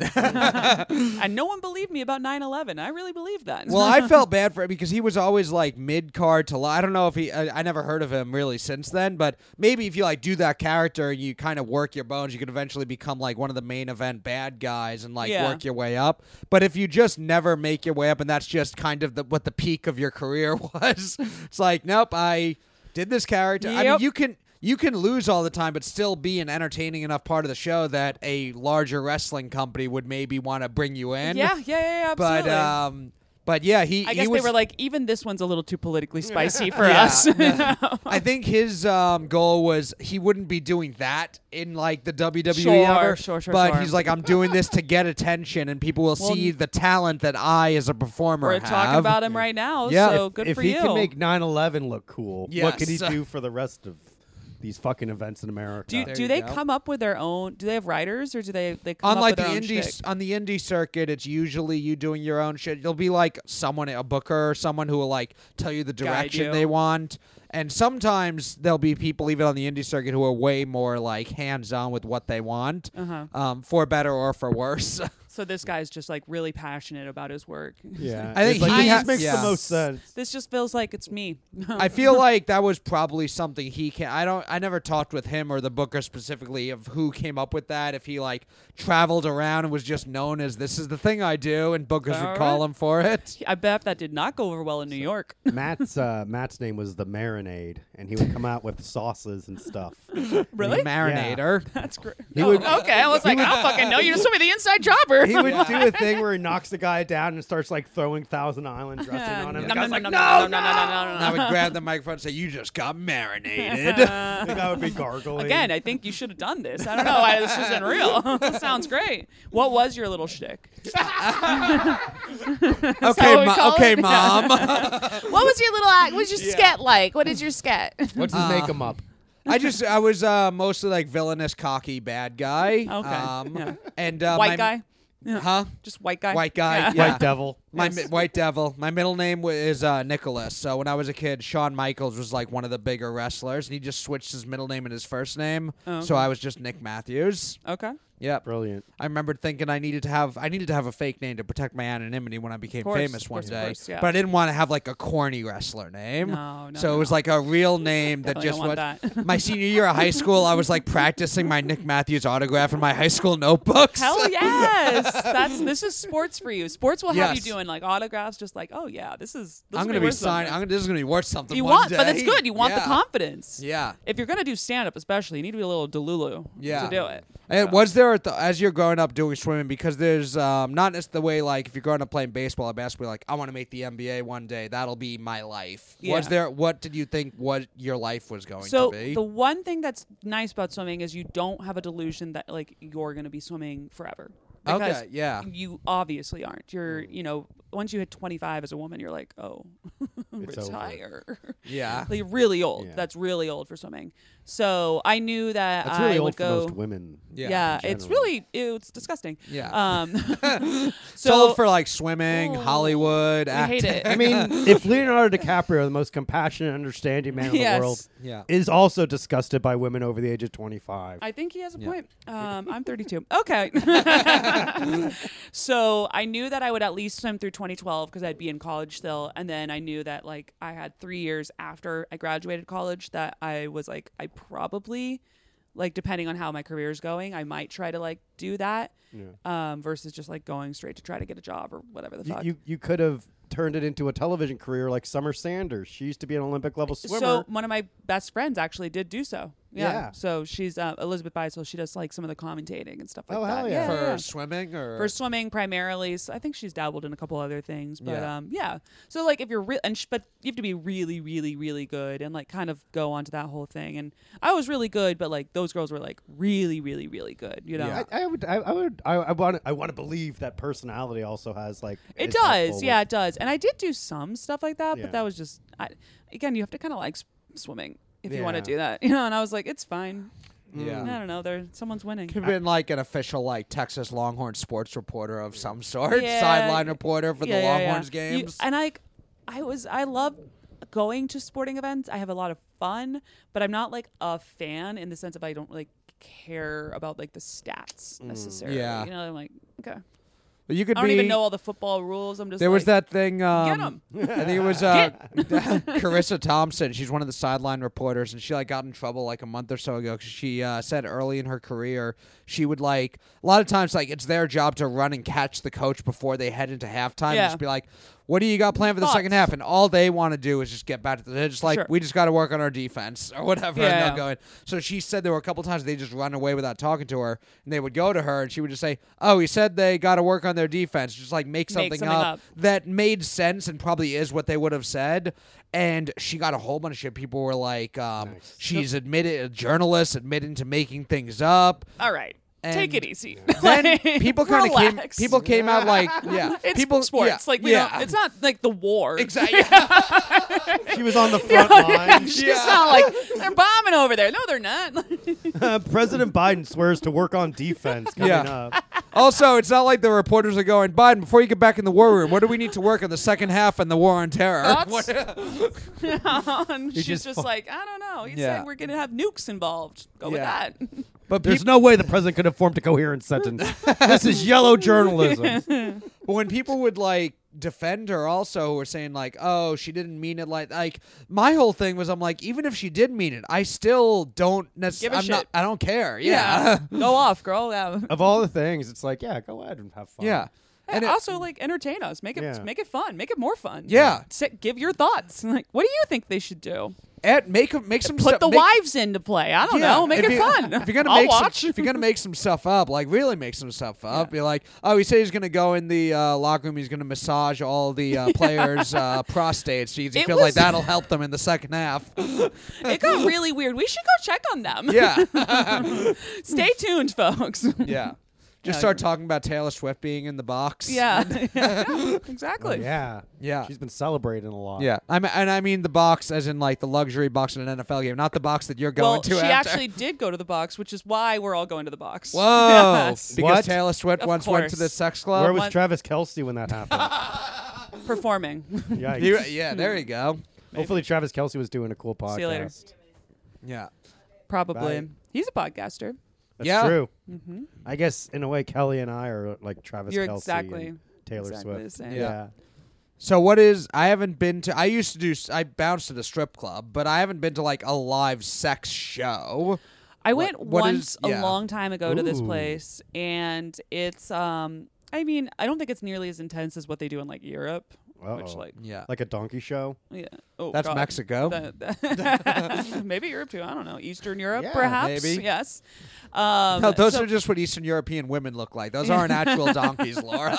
S3: and no one believed me about 9 11. I really believe that.
S2: Well, I felt bad for him because he was always like mid card to. I don't know if he. I, I never heard of him really since then, but maybe if you like do that character, you kind of work your bones. You could eventually become like one of the main event bad guys and like
S3: Yeah.
S2: work your way up. But if you just never make your way up, and that's just kind of the, what the peak of your career [LAUGHS] was, it's like nope. I did this character. I mean,
S3: Yep.
S2: you can. You can lose all the time, but still be an entertaining enough part of the show that a larger wrestling company would maybe want to bring you in.
S3: [LAUGHS] yeah, yeah, yeah, yeah, absolutely.
S2: But um, but yeah, he.
S3: I
S2: he
S3: guess
S2: was,
S3: they were like, even this one's a little too politically spicy for
S2: Yeah,
S3: us.
S2: no. I think his um, goal was he wouldn't be doing that in like the WWE
S3: Sure,
S2: ever.
S3: sure, sure,
S2: But
S3: sure.
S2: he's like, I'm doing this to get attention, and people will
S3: Well,
S2: see the talent that I, as a
S3: [LAUGHS]
S2: performer,
S3: We're
S2: have.
S3: talking about him right now,
S2: Yeah.
S3: [LAUGHS] so
S1: if,
S3: good
S1: if
S3: for
S1: he
S3: you.
S1: can make 9/11 look cool, what can he
S2: Yes.
S1: do for the rest of these fucking events in America?
S3: do
S2: There
S3: do
S2: you
S3: they
S2: go.
S3: come up with their own? Do they have writers, or do they they come
S2: Unlike
S3: up with
S2: the
S3: their own
S2: indie
S3: shtick?
S2: on the indie circuit, it's usually you doing your own shit. You'll be like someone, a booker, or someone who will like tell you the direction
S3: you.
S2: they want. And sometimes there'll be people even on the indie circuit who are way more like hands on with what they want,
S3: Uh-huh.
S2: um, for better or for worse.
S3: [LAUGHS] So this guy's just like really passionate about his work. [LAUGHS]
S1: Yeah,
S2: I think
S1: It's like,
S2: he
S1: it
S2: has-
S1: just makes
S2: yeah.
S1: the most sense.
S3: This just feels like it's me. [LAUGHS]
S2: I feel like that was probably something he can. I don't. I never talked with him or the booker specifically of who came up with that. If he like traveled around and was just known as this is the thing I do, and bookers would
S3: All
S2: call
S3: right.
S2: him for it.
S3: I bet that did not go over well in New York.
S1: Matt's uh, Matt's name was the marinade, and he would come out with sauces and stuff.
S3: Really?
S2: Marinator.
S3: That's great.
S1: He would-
S3: [LAUGHS] okay, I was like, I don't fucking know. You just told me the inside jobber.
S1: He
S3: [LAUGHS]
S1: would do a thing where he knocks the guy down and starts like throwing Thousand Island dressing on him. The guy's like,
S3: no, no, no, no,
S2: And
S3: [LAUGHS]
S2: I would grab the microphone and say, "You just got marinated." [LAUGHS]
S1: the guy would be gargling.
S3: Again, I think you should have done this. I don't know. I, this isn't real. [LAUGHS] This sounds great. What was your little shtick?
S2: okay,
S3: we
S2: mo-
S3: call
S2: okay,
S3: it? [LAUGHS]
S2: mom.
S4: What was your little act? What was your sket like? What is your sket? [LAUGHS]
S1: What's his make 'em up?
S2: I just I was uh, mostly like villainous, cocky, bad guy.
S3: Okay,
S2: Um,
S3: yeah.
S2: And uh,
S3: white
S2: my-
S3: guy?
S2: Huh?
S3: Just white guy?
S2: White guy,
S3: Yeah.
S2: yeah.
S1: White devil.
S2: My
S3: Yes.
S2: mi- white devil. My middle name wa- is uh, Nicholas. So when I was a kid, Shawn Michaels was like one of the bigger wrestlers, and he just switched his middle name and his first name.
S3: Oh,
S2: So
S3: okay.
S2: I was just Nick Matthews.
S3: [LAUGHS] Okay.
S2: Yep.
S1: Brilliant.
S2: I remembered thinking I needed to have I needed to have a fake name to protect my anonymity when I became
S3: course,
S2: famous
S3: of
S2: one
S3: course, of
S2: day.
S3: course, yeah.
S2: But I didn't want to have like a corny wrestler name.
S3: No, no,
S2: so
S3: no,
S2: it was
S3: no.
S2: like a
S3: [LAUGHS]
S2: real name that
S3: Definitely
S2: just
S3: don't
S2: was.
S3: want that.
S2: [LAUGHS] my senior year of high school, I was like practicing my Nick Matthews autograph in my high school notebooks. [LAUGHS]
S3: Hell yes! That's this is sports for you. Sports will have
S2: Yes.
S3: you doing like autographs, just like oh yeah, this is. This
S2: I'm
S3: gonna
S2: gonna be signing. I'm gonna, this is gonna be worth something.
S3: You
S2: one
S3: want, but that's
S2: day.
S3: good. You want the
S2: Yeah.
S3: confidence.
S2: Yeah.
S3: If you're gonna do stand up, especially, you need to be a little delulu
S2: Yeah.
S3: to do it.
S2: And was there a th- as you're growing up doing swimming because there's um, not just the way like if you're growing up playing baseball or basketball like I want to make the NBA one day that'll be my life. Was
S3: Yeah.
S2: there what did you think what your life was going
S3: So
S2: to be?
S3: the one thing that's nice about swimming is you don't have a delusion that like you're gonna be swimming forever. Because
S2: okay, yeah. Mm.
S3: You obviously aren't. You're, you know, once you hit 25 as a woman, you're like, oh, [LAUGHS]
S1: It's over.
S3: retire. [LAUGHS]
S2: Yeah.
S3: like really old.
S1: Yeah.
S3: That's really old for swimming. So I knew that
S1: That's
S3: I
S1: really
S3: would
S1: old for
S3: go.
S1: most women.
S2: Yeah,
S3: yeah,
S1: in
S3: it's
S1: general.
S3: really ew, it's disgusting.
S2: Yeah. [LAUGHS]
S3: Um, [LAUGHS]
S2: So,
S3: so
S2: for like swimming,
S3: Oh,
S2: Hollywood,
S3: I hate
S2: acting.
S3: it.
S1: I
S3: [LAUGHS]
S1: mean, if Leonardo DiCaprio, the most compassionate, understanding man in the
S3: Yes.
S1: world,
S2: Yeah.
S1: is also disgusted by women over the age of 25.
S3: I think he has a
S1: [LAUGHS]
S2: Yeah.
S3: point. Um, I'm 32. Okay. so I knew that I would at least swim through 2012 because I'd be in college still, and then I knew that like I had three years after I graduated college that I was like I probably like depending on how my career is going, I might try to like do that um, versus just like going straight to try to get a job or whatever the
S1: You,
S3: fuck.
S1: you, you could have turned it into a television career like Summer Sanders. She used to be an Olympic level swimmer.
S3: So one of my best friends actually did do so. Yeah.
S1: Yeah.
S3: So she's uh, Elizabeth Beisel. She does like some of the commentating and stuff like
S1: Oh,
S3: that.
S1: hell yeah.
S2: [LAUGHS] for
S3: yeah.
S2: swimming or
S3: For swimming primarily. So I think she's dabbled in a couple other things, but
S2: Yeah.
S3: um, yeah. So like if you're real, and sh- but you have to be really, really, really good and like kind of go onto that whole thing. And I was really good, but like those girls were like really, really, really good. You know.
S2: Yeah.
S1: I, I would, I, I would, I, I want, I want to believe that personality also has like
S3: It
S1: is helpful
S3: does,
S1: with-
S3: yeah, it does. And I did do some stuff like that,
S1: Yeah.
S3: but that was just I, again, you have to kind of like s- swimming if you want to
S1: Yeah.
S3: do that, [LAUGHS] you know. And I was like, it's fine.
S2: yeah.
S3: mm. I don't know. There, someone's winning.
S2: Could have been like an official, like Texas Longhorn sports reporter of some sort,
S3: Yeah.
S2: sideline reporter for the
S3: yeah, yeah.
S2: Longhorns
S3: You-
S2: games.
S3: and I, I was, I love going to sporting events. I have a lot of fun, but I'm not like a fan in the sense of I don't like care about like the stats necessarily.
S2: Mm, Yeah.
S3: You know, I'm like, okay,
S2: But you could
S3: I don't
S2: be.
S3: even know all the football rules. I'm just
S2: There was
S3: like,
S2: that thing. Um, I think it was uh, [LAUGHS] Carissa Thompson. She's one of the sideline reporters, and she like got in trouble like a month or so ago because she uh, said early in her career she would like a lot of times like it's their job to run and catch the coach before they head into halftime.
S3: Yeah.
S2: And just be like, "What do you got planned for the second
S3: Thoughts?
S2: half?" And all they want to do is just get back to the. They're just like,
S3: Sure.
S2: "We just got to work on our defense or whatever."
S3: Yeah,
S2: And
S3: yeah.
S2: they'll go going. So she said there were a couple times they just run away without talking to her, and they would go to her, and she would just say, "Oh, he said they got to work on their defense, just like make something,
S3: something
S2: up,
S3: up.
S2: that made sense and probably is what they would have said." And she got a whole bunch of shit. People were like, um, "She's admitted a journalist admitting to making things
S3: [LAUGHS]
S2: up."
S3: All right, take
S2: And
S3: it easy.
S2: [LAUGHS] Then
S3: Like,
S2: people kind of came.
S3: relax.
S2: People came
S3: [LAUGHS]
S2: out like, "Yeah,
S3: It's
S2: people
S3: sports.
S2: yeah,
S3: like we
S2: yeah,
S3: don't, it's not like the war. [LAUGHS]
S2: [LAUGHS] exactly."
S1: She was on the front lines.
S3: She's not like they're bombing over there. No, they're not.
S1: [LAUGHS]
S3: [LAUGHS]
S1: President Biden swears to work on
S3: [LAUGHS]
S1: defense coming
S2: Yeah.
S1: up.
S2: Also, it's not like the reporters are going, Biden, before you get back in the war room, what do we need to work on the second half and the war on terror?
S3: Thoughts?
S2: [LAUGHS] What-
S3: and she's
S1: just
S3: just,
S1: fu-
S3: like, I don't know. He's
S2: Yeah.
S3: saying we're gonna have nukes involved. Go
S2: Yeah.
S3: with that.
S2: But
S1: There's
S2: peop-
S1: no way the president could have formed a coherent
S2: [LAUGHS]
S1: sentence. this is yellow journalism.
S2: but when people would like defend her, also who were saying like, "Oh, she didn't mean it," like, like my whole thing was, I'm like, even if she did mean it, I still don't
S3: Give a
S2: necessarily.
S3: shit.
S2: I don't care. Yeah, [LAUGHS]
S3: Go off, girl. Yeah.
S1: Of all the things, it's like, yeah, go ahead and have fun.
S2: yeah.
S3: And
S2: it-
S3: also, like, entertain us. Make it
S1: Yeah.
S3: make it fun. Make it more fun.
S2: Yeah.
S3: Sit, give your thoughts. [LAUGHS] Like, what do you think they should do?
S2: Ed, make make some
S3: Put
S2: stuff-
S3: the
S2: make-
S3: wives into play. I don't
S2: Yeah,
S3: know. Make
S2: if
S3: it
S2: you-
S3: fun.
S2: If you're gonna
S3: I'll
S2: make
S3: watch.
S2: [LAUGHS] Some, if you're gonna make some stuff up, like really make some stuff up, you're like, oh, he said he's gonna go in the uh, locker room. He's gonna massage all the
S3: [LAUGHS]
S2: uh, players' uh, prostates. So you
S3: It
S2: feel like
S3: was-
S2: that'll help them in the second half.
S3: [LAUGHS] it got really weird. We should go check on them.
S2: yeah,
S3: [LAUGHS]
S2: [LAUGHS]
S3: Stay tuned, folks. [LAUGHS]
S2: yeah. Just
S3: Yeah,
S2: start
S3: you-
S2: talking about Taylor Swift being in the box.
S3: yeah. [LAUGHS] yeah.
S1: Oh,
S3: Exactly.
S1: yeah.
S2: Yeah.
S1: She's been celebrating a lot.
S2: Yeah, I mean, and I mean the box as in like the luxury box in an NFL game, not the box that you're going
S3: well,
S2: to.
S3: she
S2: after.
S3: actually did go to the box, which is why we're all going to the box.
S2: [LAUGHS] Whoa!
S3: [LAUGHS] Yes.
S2: Because
S1: What?
S2: Taylor Swift
S3: Of
S2: once went to the
S3: course.
S2: sex club.
S1: Where was
S3: one-
S1: Travis Kelsey when that
S3: [LAUGHS]
S1: happened?
S3: Performing.
S2: [LAUGHS]
S1: Yikes.
S2: He- yeah, there [LAUGHS] you go.
S1: Hopefully, Travis Kelsey was doing a cool podcast.
S3: See you later.
S2: Yeah.
S3: Probably.
S1: Right.
S3: He's a podcaster.
S1: That's
S2: Yeah.
S1: true. I guess in a way, Kelly and I are like Travis
S3: Mm-hmm. You're
S1: Kelsey
S3: exactly
S1: and Taylor
S3: exactly
S1: Swift.
S3: the same.
S2: Yeah. So what is? I haven't been to. I used to do. s- I bounced at a strip club, but I haven't been to like a live sex show.
S3: I
S2: What-
S3: went
S2: what
S3: once
S2: is-
S3: a
S2: yeah.
S3: long time ago to this
S1: Ooh.
S3: place, and it's um. I mean, I don't think it's nearly as intense as what they do in like Europe, which
S1: Uh-oh.
S3: like
S2: Yeah,
S1: Like a donkey show.
S3: yeah. Oh,
S2: that's
S3: God.
S2: Mexico. [LAUGHS]
S3: That- that- [LAUGHS] maybe Europe too. I don't know. Eastern Europe,
S1: Yeah,
S3: perhaps.
S2: maybe.
S3: Yes. Um,
S2: no, those
S3: so
S2: are just what Eastern European women look
S3: [LAUGHS]
S2: like. Those aren't actual donkeys, Laura.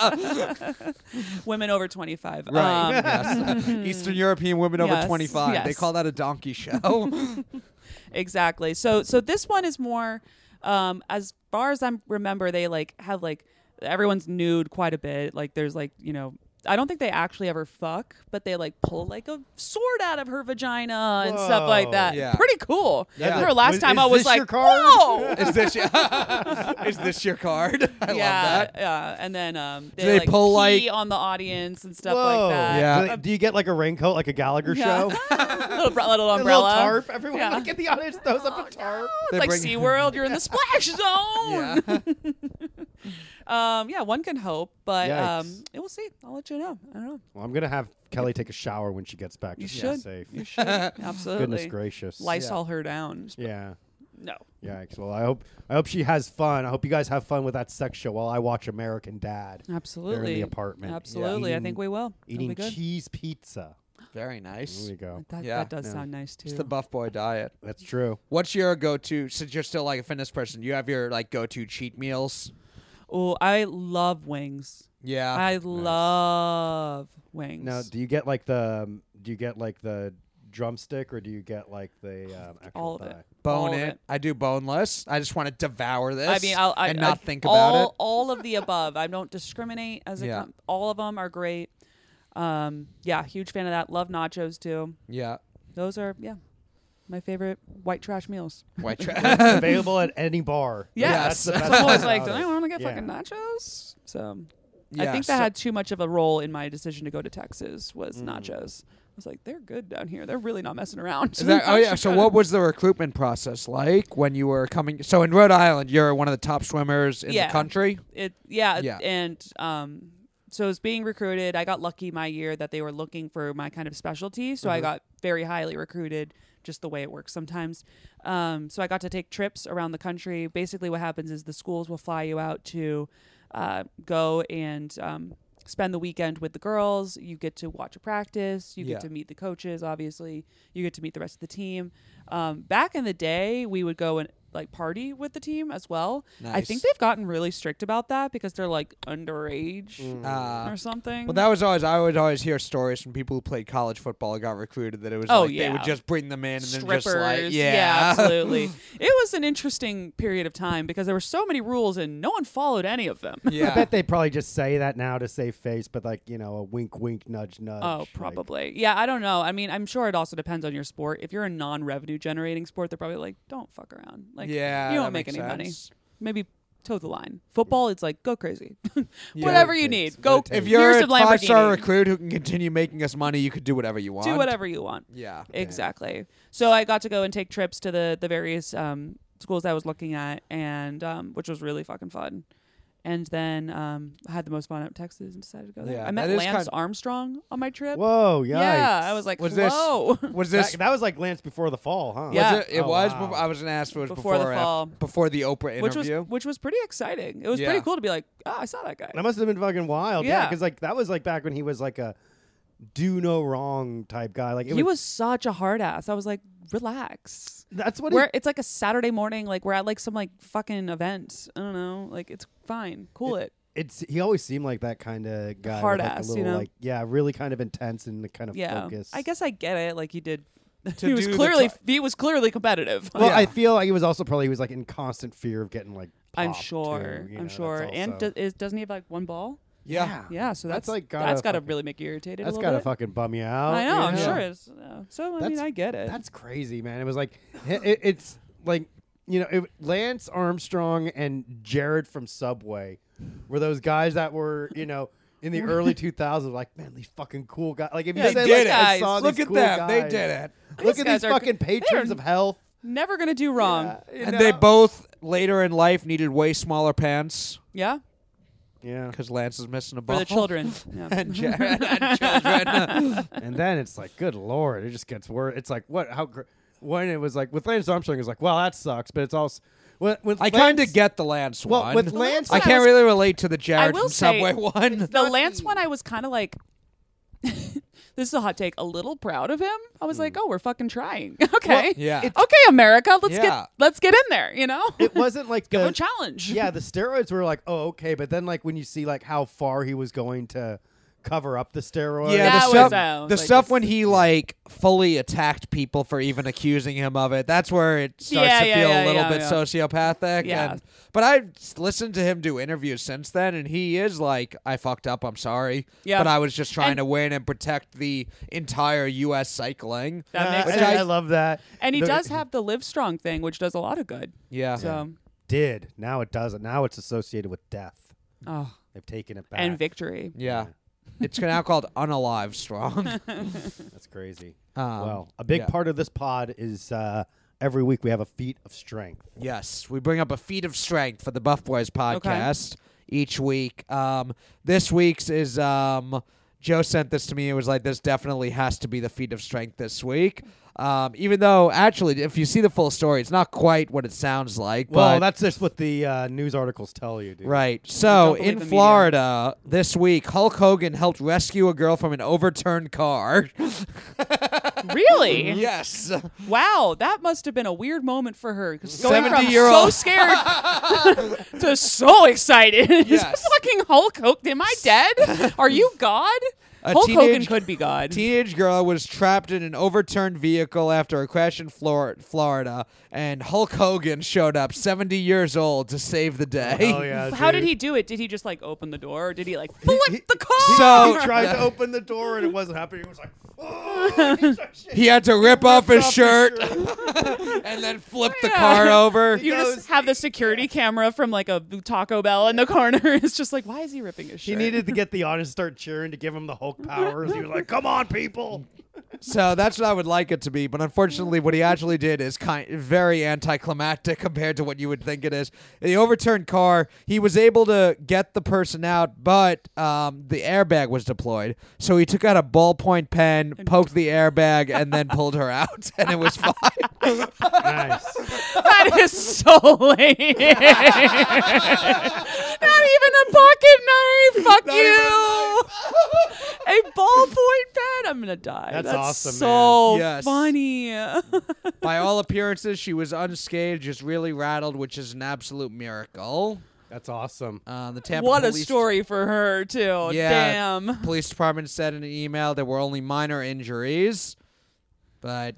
S3: women over twenty-five.
S2: right?
S3: Um, [LAUGHS]
S2: yes. Eastern European women over
S3: Yes,
S2: twenty-five. They
S3: yes.
S2: call that a donkey show. [LAUGHS]
S3: exactly so so this one is more um as far as i remember they like have like everyone's nude quite a bit like there's like you know I don't think they actually ever fuck, but they like pull like a sword out of her vagina and stuff like
S1: Whoa.
S3: that.
S2: Yeah.
S3: Pretty cool.
S2: Yeah.
S3: I remember last
S1: Was-
S3: time
S1: is
S3: I was
S1: this
S3: like,
S1: your card?
S3: whoa.
S2: is this your, [LAUGHS] is this your card? [LAUGHS]
S3: [LAUGHS] yeah,
S2: I love that.
S3: yeah. And then um, they,
S2: they
S3: like
S2: pull,
S3: pee
S2: like-
S3: on the audience and stuff
S1: Whoa.
S3: like that.
S2: Yeah.
S1: Do, they- do you get like a raincoat, like a Gallagher
S3: Yeah. [LAUGHS]
S1: show?
S3: little, br- little
S1: A
S3: umbrella,
S1: little tarp. Everyone
S3: Yeah.
S1: look at the audience throws up a tarp.
S3: Oh,
S2: They
S3: it's like
S2: bring-
S3: SeaWorld. You're in the splash zone.
S2: Yeah.
S3: um, yeah, one can hope, but um,
S1: Yikes.
S3: we'll see. I'll let you know. I don't know.
S1: Well, I'm gonna have Kelly take a shower when she gets back.
S3: You
S1: Just to be
S3: should.
S1: safe.
S3: You
S2: [LAUGHS]
S3: should. Absolutely.
S1: Uh, Goodness gracious.
S3: Lysol her down.
S1: Yeah.
S3: No.
S1: Yikes. Well, I hope I hope she has fun. I hope you guys have fun with that sex show while I watch American Dad
S3: Absolutely.
S1: apartment.
S3: Absolutely. I
S1: Eating-
S3: think we will. It'll
S1: eating
S3: be good.
S1: cheese pizza.
S2: Very
S1: There
S2: nice.
S1: you go.
S3: That,
S2: Yeah.
S3: that does
S1: No.
S3: sound nice too.
S2: It's the buff boy diet.
S1: That's true.
S2: What's your go-to? Since you're still like a fitness person, you have your like go-to cheat meals.
S3: oh, I love wings.
S2: Yeah.
S3: I love wings.
S1: Ah, Now, do you get like the um, do you get like the drumstick or do you get like
S3: [SIGHS]
S1: the um, actual
S3: All of
S1: thigh?
S3: it. All
S2: bone
S3: of
S2: it. I do boneless. I just want to devour this.
S3: I mean, I'll, I,
S2: and not
S3: I-
S2: think
S3: all,
S2: about it.
S3: All of the above. I don't discriminate as it
S2: Yeah.
S3: com- all of them are great. Um, yeah, huge fan of that. Love nachos too.
S2: Yeah.
S3: Those are yeah, my favorite white trash meals. [LAUGHS]
S2: White trash.
S1: Available at any bar.
S3: Yeah, [LAUGHS]
S2: Yes.
S1: that's the
S3: So
S1: best
S3: I'm always
S1: part
S3: like, do
S1: about
S3: I
S1: it.
S3: want to get
S1: Yeah.
S3: fucking nachos? So
S2: Yeah,
S3: I think that
S2: so-
S3: had too much of a role in my decision to go to Texas was nachos. I was like, they're good down here. They're really not messing around.
S2: Is that, oh yeah.
S3: [LAUGHS] Actually
S2: So
S3: good.
S2: what was the recruitment process like when you were coming? So in Rhode Island, you're one of the top swimmers in
S3: Yeah.
S2: the country.
S3: it yeah,
S2: Yeah.
S3: and um so I was being recruited i got lucky my year that they were looking for my kind of specialty so
S2: Uh-huh.
S3: i got very highly recruited just the way it works sometimes um, so i got to take trips around the country basically what happens is the schools will fly you out to uh, go and um, spend the weekend with the girls you get to watch a practice you
S2: Yeah.
S3: get to meet the coaches obviously you get to meet the rest of the team um, back in the day we would go and like party with the team as well i
S2: Nice.
S3: think they've gotten really strict about that because they're like underage
S2: Uh,
S3: or something.
S2: Well, that was always I would always hear stories from people who played college football and got recruited that it was
S3: Oh,
S2: like they
S3: yeah.
S2: would just bring them in and
S3: strippers.
S2: then just like yeah,
S3: [LAUGHS] absolutely. it was an interesting period of time because there were so many rules and no one followed any of them.
S1: I
S2: [LAUGHS] yeah.
S1: bet they probably just say that now to save face, but like you know, a wink, wink, nudge, nudge.
S3: [LAUGHS] Oh,
S1: like-
S3: probably. yeah, I don't know. I mean, I'm sure it also depends on your sport. If you're a non-revenue generating sport, they're probably like, "Don't fuck around. Like,
S2: Yeah,
S3: you
S2: that
S3: don't make
S2: makes
S3: any money.
S2: sense.
S3: Maybe toe the line. Football, it's like go crazy, [LAUGHS]
S2: Yeah.
S3: whatever you
S1: Takes-
S3: need.
S1: what
S3: Go.
S1: it takes.
S2: If you're
S3: here's
S2: a
S3: some
S2: five star
S3: Lamborghini.
S2: recruit who can continue making us money, you could do whatever you want.
S3: do whatever you want.
S2: Yeah.
S3: Exactly. So I got to go and take trips to the the various um, schools I was looking at, and um, which was really fucking fun. And then um, I had the most fun out in Texas and decided to go there.
S2: Yeah,
S3: I met
S2: that is
S3: Lance
S2: kind-
S3: Armstrong on my trip.
S1: Whoa! Yikes.
S3: yeah, I was like,
S2: Was this
S3: whoa. [LAUGHS]
S2: was
S1: That-
S2: this
S1: that, was like Lance before the fall, huh?
S3: Yeah.
S2: Was it, it
S1: Oh,
S2: was.
S1: wow.
S2: Before, I was gonna ask. if It was before,
S3: Before the
S2: or
S3: fall.
S2: After, before the Oprah
S3: which was
S2: interview.
S3: which was pretty exciting. It was
S2: Yeah.
S3: pretty cool to be like, oh, I saw that guy.
S1: That must have been fucking wild. Yeah,
S3: Yeah.
S1: because like that was like back when he was like a do no wrong type guy. Like it
S3: He was such a hard ass. I was like, relax.
S1: That's what.
S3: We're,
S1: he,
S3: it's like a Saturday morning. Like we're at like some like fucking event. I don't know. Like it's fine. Cool it.
S1: it's he always seemed like that kind of guy. with,
S3: Hard
S1: like, a
S3: ass, you
S1: little,
S3: know?
S1: Like yeah, really kind of intense and kind of
S3: yeah.
S1: focused.
S3: I guess I get it. Like he did. [LAUGHS]
S2: To
S3: he was
S2: do the
S3: clearly
S2: tri-
S3: he was clearly competitive.
S1: Well,
S2: Yeah.
S1: I feel like he was also probably he was like in constant fear of getting like.
S3: I'm
S1: popped,
S3: sure.
S1: too, you know,
S3: I'm
S1: that's
S3: sure. And
S1: also-
S3: do, is, doesn't he have like one ball?
S2: yeah.
S3: Yeah. So
S1: That's,
S3: that's,
S1: like, gotta
S3: that's got to
S1: fucking-
S3: really make you irritated.
S1: that's
S3: a
S1: gotta
S3: little bit.
S1: fucking bum you out.
S3: I know.
S1: you
S3: I'm sure. It's, uh, so I mean,
S1: That's-
S3: I get it.
S1: That's crazy, man. It was like [LAUGHS] it, it- it's like you know it, Lance Armstrong and Jared from Subway were those guys that were you know in the
S3: [LAUGHS]
S1: early 2000s like man these fucking cool guys like if you
S3: They
S1: said like,
S3: did it.
S1: I saw
S2: Look
S1: these
S2: at
S1: cool
S2: them. They
S1: guys.
S2: did it.
S1: Look at these
S3: These guys are
S1: fucking
S3: good. They are-
S1: patrons of health.
S3: Never gonna do wrong.
S1: Yeah, you
S2: And they
S1: know?
S2: both later in life needed way smaller pants
S3: Yeah.
S2: [LAUGHS]
S1: yeah.
S2: because Lance is missing a
S3: For
S2: ball.
S1: [LAUGHS]
S3: the
S2: [LAUGHS]
S3: children. Yeah.
S2: and Jared had children.
S1: And then it's like, good lord, it just gets worse. It's like what how gr- when it was like with Lance Armstrong, it's like, well, that sucks, but it's also when, with
S2: I kind
S1: Lance-
S2: of get the Lance
S1: Well,
S2: one.
S1: with Lance,
S2: I
S3: one I
S2: can't
S3: was-
S2: really relate to the Jared
S3: will
S2: from
S3: say,
S2: Subway one.
S3: the Lance one, I was kind of like. [LAUGHS] This is a hot take. A little proud of him. I was
S1: Hmm.
S3: like, "Oh, we're fucking trying." [LAUGHS] Okay,
S2: yeah. it's-
S3: Okay, America, let's
S2: Yeah.
S3: get let's get in there. You know, [LAUGHS]
S1: it wasn't
S2: [LAUGHS]
S1: like
S3: give
S1: the,
S3: him a challenge.
S1: yeah, the steroids were like, oh, okay, but then like when you see like how far he was going to cover up the steroids,
S2: Yeah,
S3: That
S2: the
S3: was
S2: stuff,
S3: out.
S2: the
S3: Like,
S2: stuff
S3: it's-
S2: when he like fully attacked people for even accusing him of it. That's where it starts
S3: Yeah,
S2: to
S3: yeah,
S2: feel a
S3: yeah,
S2: little
S3: yeah,
S2: bit
S3: yeah.
S2: sociopathic.
S3: Yeah.
S2: And, but I've s- listened to him do interviews since then, and he is like, "I fucked up. I'm sorry.
S3: Yeah.
S2: But I was just trying
S3: And-
S2: to win and protect the entire U.S. cycling.
S3: That
S1: Uh,
S3: makes
S1: and
S2: sense.
S1: I love that.
S3: And he
S1: The-
S3: does have the live strong thing, which does a lot of good.
S2: yeah.
S3: So,
S1: did now it doesn't. Now it's associated with death.
S3: oh,
S1: They've taken it back.
S3: and victory.
S2: yeah. It's now called
S3: [LAUGHS]
S2: Unalive Strong.
S1: That's crazy.
S2: Um,
S1: well, a big
S2: yeah.
S1: part of this pod is uh, every week we have a feat of strength.
S2: Yes, we bring up a feat of strength for the Buff Boys podcast. each week. Um, this week's is um, Joe sent this to me. It was like this definitely has to be the feat of strength this week. Um, even though actually, if you see the full story, it's not quite what it sounds like.
S1: Well,
S2: but
S1: that's just what the uh, news articles tell you, dude.
S2: Right. So
S3: don't believe
S2: in
S3: the media.
S2: Florida this week, Hulk Hogan helped rescue a girl from an
S1: [LAUGHS]
S2: overturned car.
S3: Really?
S2: yes.
S3: Wow, that must have been a weird moment for her. 'cause Going
S2: 70
S3: from
S2: year
S3: so
S2: old.
S3: scared to so excited. [LAUGHS] Is
S2: Yes.
S3: fucking Hulk Hogan. Am I dead? Are you God?
S2: A
S3: Hulk Hogan
S2: teenage-
S3: could be God.
S2: Teenage girl was trapped in an overturned vehicle after a crash in Flor- Florida, and Hulk Hogan showed up, 70 years old, to save the day.
S1: [LAUGHS] [LAUGHS] Oh yeah.
S3: How did
S1: dude.
S3: he do it? Did he just like open the door or did he like flip the car?
S2: So-
S1: He Oh, tried to open the door and it wasn't happening. He was like, [LAUGHS]
S2: He had to rip off his
S1: off his
S2: shirt Oh, and [LAUGHS] then flip the
S3: Yeah.
S2: car [LAUGHS]
S3: [LAUGHS]
S2: over.
S3: you just have the security camera from like a Taco Bell in the corner. [LAUGHS] It's just like, why is he ripping his
S1: He
S3: shirt?
S1: needed to [LAUGHS] get the audience to start cheering to give him the Hulk powers. He was like, "Come on, people!"
S2: So that's what I would like it to be, but unfortunately, what he actually did is kind very anticlimactic [LAUGHS] compared to what you would think it is. The overturned car, he was able to get the person out, but um, the airbag was deployed. So he took out a ballpoint pen,
S3: [LAUGHS]
S2: poked the airbag, and then pulled her out, [LAUGHS] and it was fine.
S1: Nice.
S3: That is so lame. Not even a pocket knife. Fuck
S2: Not even
S3: you.
S2: a
S3: A, ballpoint pen. I'm gonna die.
S1: That's awesome,
S3: So
S2: man. Yes.
S3: funny.
S2: By all appearances, she was unscathed, just really rattled, which is an absolute miracle.
S1: That's awesome.
S2: Uh, the Tampa
S3: what a
S2: police-
S3: story for her too. Damn.
S2: Police department said in an email there were only minor injuries, but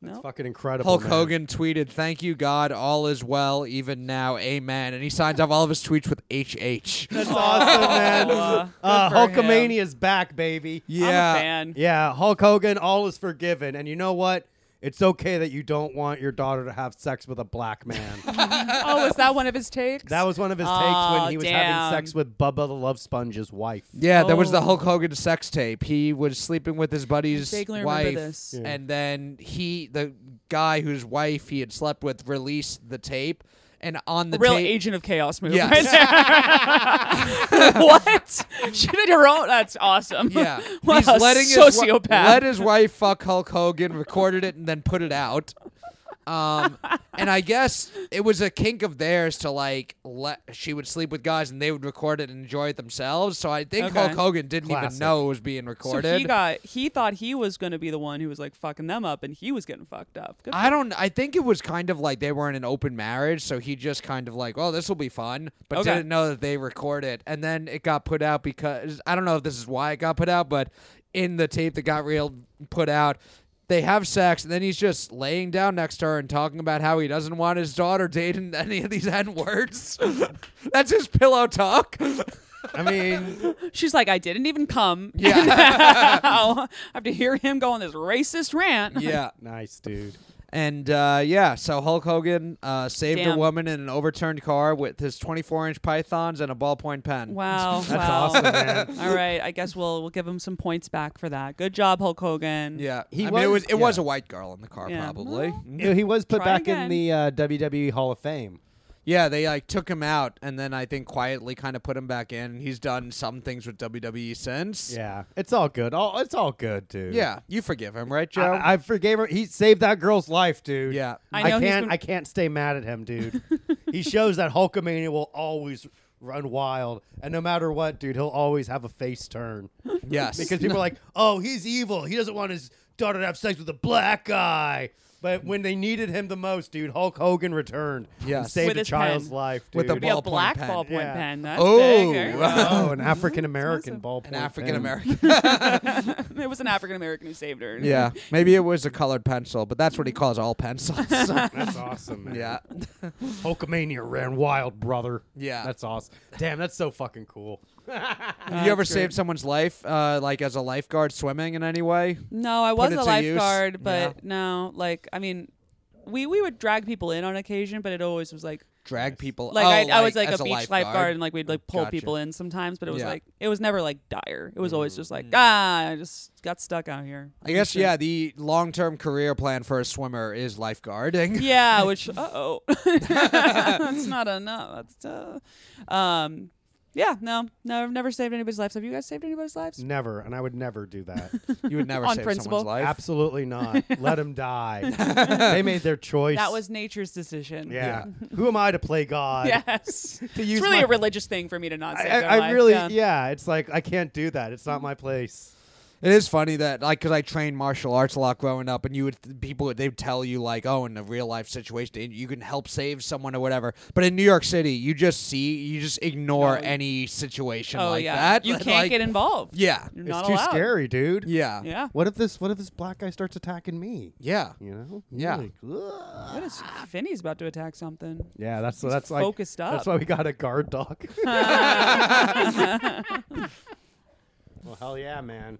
S1: It's
S3: No.
S1: fucking incredible.
S2: Hulk
S1: man.
S2: Hogan tweeted, "Thank you God, all is well, even now, Amen." And he signs off all of his tweets with
S3: [LAUGHS]
S2: HH.
S1: That's awesome, man.
S3: uh, [LAUGHS] good
S1: Uh,
S3: for him.
S1: Hulkamania's back, baby.
S3: I'm a
S2: Yeah,
S3: fan.
S1: Yeah, Hulk Hogan, all is forgiven. And you know what? It's okay that you don't want your daughter to have sex with a black
S3: [LAUGHS]
S1: man.
S3: Oh, is that one of his takes?
S1: that was one of his takes
S3: Aw,
S1: when he was
S3: damn.
S1: having sex with Bubba the Love Sponge's wife.
S2: yeah. There was the
S3: Oh.
S2: Hulk Hogan sex tape. He was sleeping with his buddy's
S3: vaguely remember
S2: wife,
S3: this. Yeah.
S2: and then he, the guy whose wife he had slept with, released the tape. And on the
S3: real
S2: tape,
S3: agent of chaos move
S2: Yes.
S3: right there. [LAUGHS] what? She did her own. That's awesome.
S2: [LAUGHS]
S3: [LAUGHS]
S2: Yeah,
S3: what
S2: he's
S3: a
S2: letting His,
S3: sociopath.
S2: wi- let his wife fuck Hulk Hogan, recorded it, and then put it out.
S3: [LAUGHS]
S2: Um, and I guess it was a kink of theirs to like let she would sleep with guys and they would record it and enjoy it themselves. So I think
S3: Okay.
S2: Hulk Hogan didn't even
S1: Classic.
S2: know it was being recorded.
S3: So he got he thought he was going to be the one who was like fucking them up, and he was getting fucked up. Good
S2: I don't. I think it was kind of like they were in an open marriage, so he just kind of like, "Oh, this will be fun," but
S3: Okay.
S2: didn't know that they record it, and then it got put out because I don't know if this is why it got put out, but in the tape that got real put out. They have sex, and then he's just laying down next to her and talking about how he doesn't want his daughter dating [LAUGHS] any of these N words. [LAUGHS] That's his pillow talk.
S1: [LAUGHS]
S2: [LAUGHS]
S1: I mean,
S3: for- [LAUGHS] She's like, I didn't even come. [LAUGHS]
S2: Yeah.
S3: Now I have to hear him go on this racist rant.
S2: yeah.
S1: nice, dude.
S2: And uh, yeah, so Hulk Hogan uh, saved a
S3: Damn.
S2: woman in an overturned car with his 24 inch pythons and a ballpoint pen.
S3: Wow.
S1: That's
S3: wow.
S1: awesome, man.
S3: All right, I guess we'll we'll give him some points back for that. Good job, Hulk Hogan.
S2: Yeah,
S1: He
S2: I mean, it
S1: was-
S2: was it was
S1: yeah. Mm-hmm.
S2: a white girl in the car,
S3: Yeah.
S2: probably.
S1: [LAUGHS] You know, he was put
S3: Try
S1: back
S3: again.
S1: in the uh, WWE Hall of Fame.
S2: Yeah, they like took him out, and then I think quietly kind of put him back in. He's done some things with WWE since.
S1: Yeah, it's all good. All it's all good, dude.
S2: yeah, you forgive him, right, Joe?
S1: I, I forgave her. He saved that girl's life, dude.
S2: Yeah.
S3: I
S1: I,
S3: know
S1: can't.
S3: he's been-
S1: I can't stay mad at him,
S3: [LAUGHS]
S1: dude. he shows that Hulkamania will always run wild, and no matter what, dude, he'll always have a face turn
S2: yes,
S1: because people are like, "Oh, he's evil. He doesn't want his daughter to have sex with a black guy." But when they needed him the most, dude, Hulk Hogan returned. and
S2: Yes.
S1: saved
S3: With
S1: a
S3: his
S1: child's
S3: pen.
S1: life. Dude.
S2: With a
S3: Be a
S2: Ballpoint
S3: black
S2: pen.
S3: ballpoint
S1: Yeah.
S3: pen. That's
S2: Oh.
S3: big. There you go.
S1: oh, an African American ballpoint.
S2: an
S1: pen.
S2: African American.
S3: [LAUGHS] it was an African American who saved her.
S2: yeah, maybe it was a colored pencil, but that's what he calls
S1: [LAUGHS]
S2: all [LAUGHS] pencils.
S1: That's awesome, man.
S2: yeah,
S1: Hulkamania ran wild, brother.
S2: Yeah.
S1: That's awesome. Damn, that's so fucking cool.
S2: have you ever saved somene's life, uh, like as a lifeguard swimming in any way?
S3: No, I was a
S2: it to use.
S3: lifeguard, but
S2: Yeah.
S3: no, like I mean, we we would drag people in on occasion, but it always was like
S2: Drag people.
S3: like
S2: oh,
S3: I, I was like
S2: as
S3: a beach lifeguard. and like we'd like pull
S2: Gotcha.
S3: people in sometimes, but it was
S2: Yeah.
S3: like it was never like dire. It was always just like ah, I just got stuck out here.
S2: I guess
S3: [LAUGHS]
S2: yeah. The long-term career plan for a swimmer is lifeguarding.
S3: [LAUGHS] Yeah, which uh oh, that's not enough. That's uh, um, Yeah, no, no, I've never saved anybody's lives. Have you guys saved anybody's lives?
S1: Never, and I would never do
S2: [LAUGHS]
S1: that.
S2: [LAUGHS] You would never
S3: On
S2: save
S3: principle.
S2: someone's life.
S1: Absolutely
S2: [LAUGHS]
S1: not. Let them die. they made their choice.
S3: That was nature's decision. [LAUGHS]
S1: yeah. Who am I to play God?
S3: Yes.
S1: To use
S3: it's really
S1: my-
S3: a religious thing for me to not
S1: I,
S3: save
S1: I,
S3: their
S1: I
S3: life.
S1: really,
S3: Yeah.
S1: yeah. It's like I can't do that. It's not my place.
S2: It is funny that like because I trained martial arts a lot growing up, and you would people they'd tell you like, oh, in a real life situation, you can help save someone or whatever. But in New York City, you just see you just ignore
S3: No.
S2: any situation
S3: Oh
S2: like
S3: yeah.
S2: that.
S3: You
S2: Like-
S3: can't get involved.
S2: Yeah,
S3: You're
S1: It's
S3: not
S1: too
S3: allowed.
S1: scary, dude.
S2: yeah, yeah,
S3: Yeah.
S1: What if this? What if this black guy starts attacking me?
S2: yeah.
S1: You know?
S2: Yeah.
S1: Like, ugh.
S3: What is Finney's about to attack something?
S1: yeah. That's that's like
S3: focused up.
S1: That's why we got a guard
S3: [LAUGHS]
S1: dog. [LAUGHS] well, hell yeah, man.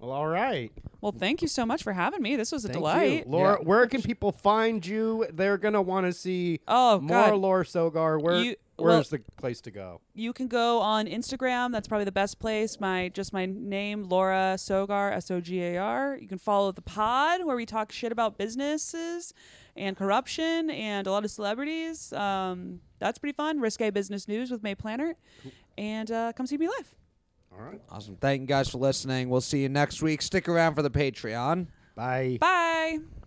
S1: Well, all right.
S3: Well, thank you so much for having me. This was a
S1: Thank
S3: delight.
S1: you. Laura,
S2: Yeah.
S1: where can people find you? They're going to want to see
S3: Oh,
S1: more
S3: God.
S1: Laura Sogar. Where,
S3: You-
S1: where's the place to go?
S3: You can go on Instagram. That's probably the best place. My just my name, Laura Sogar, S O G A R. You can follow the pod where we talk shit about businesses and corruption and a lot of celebrities. Um, that's pretty fun. Risque business news with May Planner, and uh, come see me live.
S1: All right.
S2: Awesome. Thank you guys for listening. We'll see you next week. Stick around for the Patreon.
S1: Bye.
S3: Bye.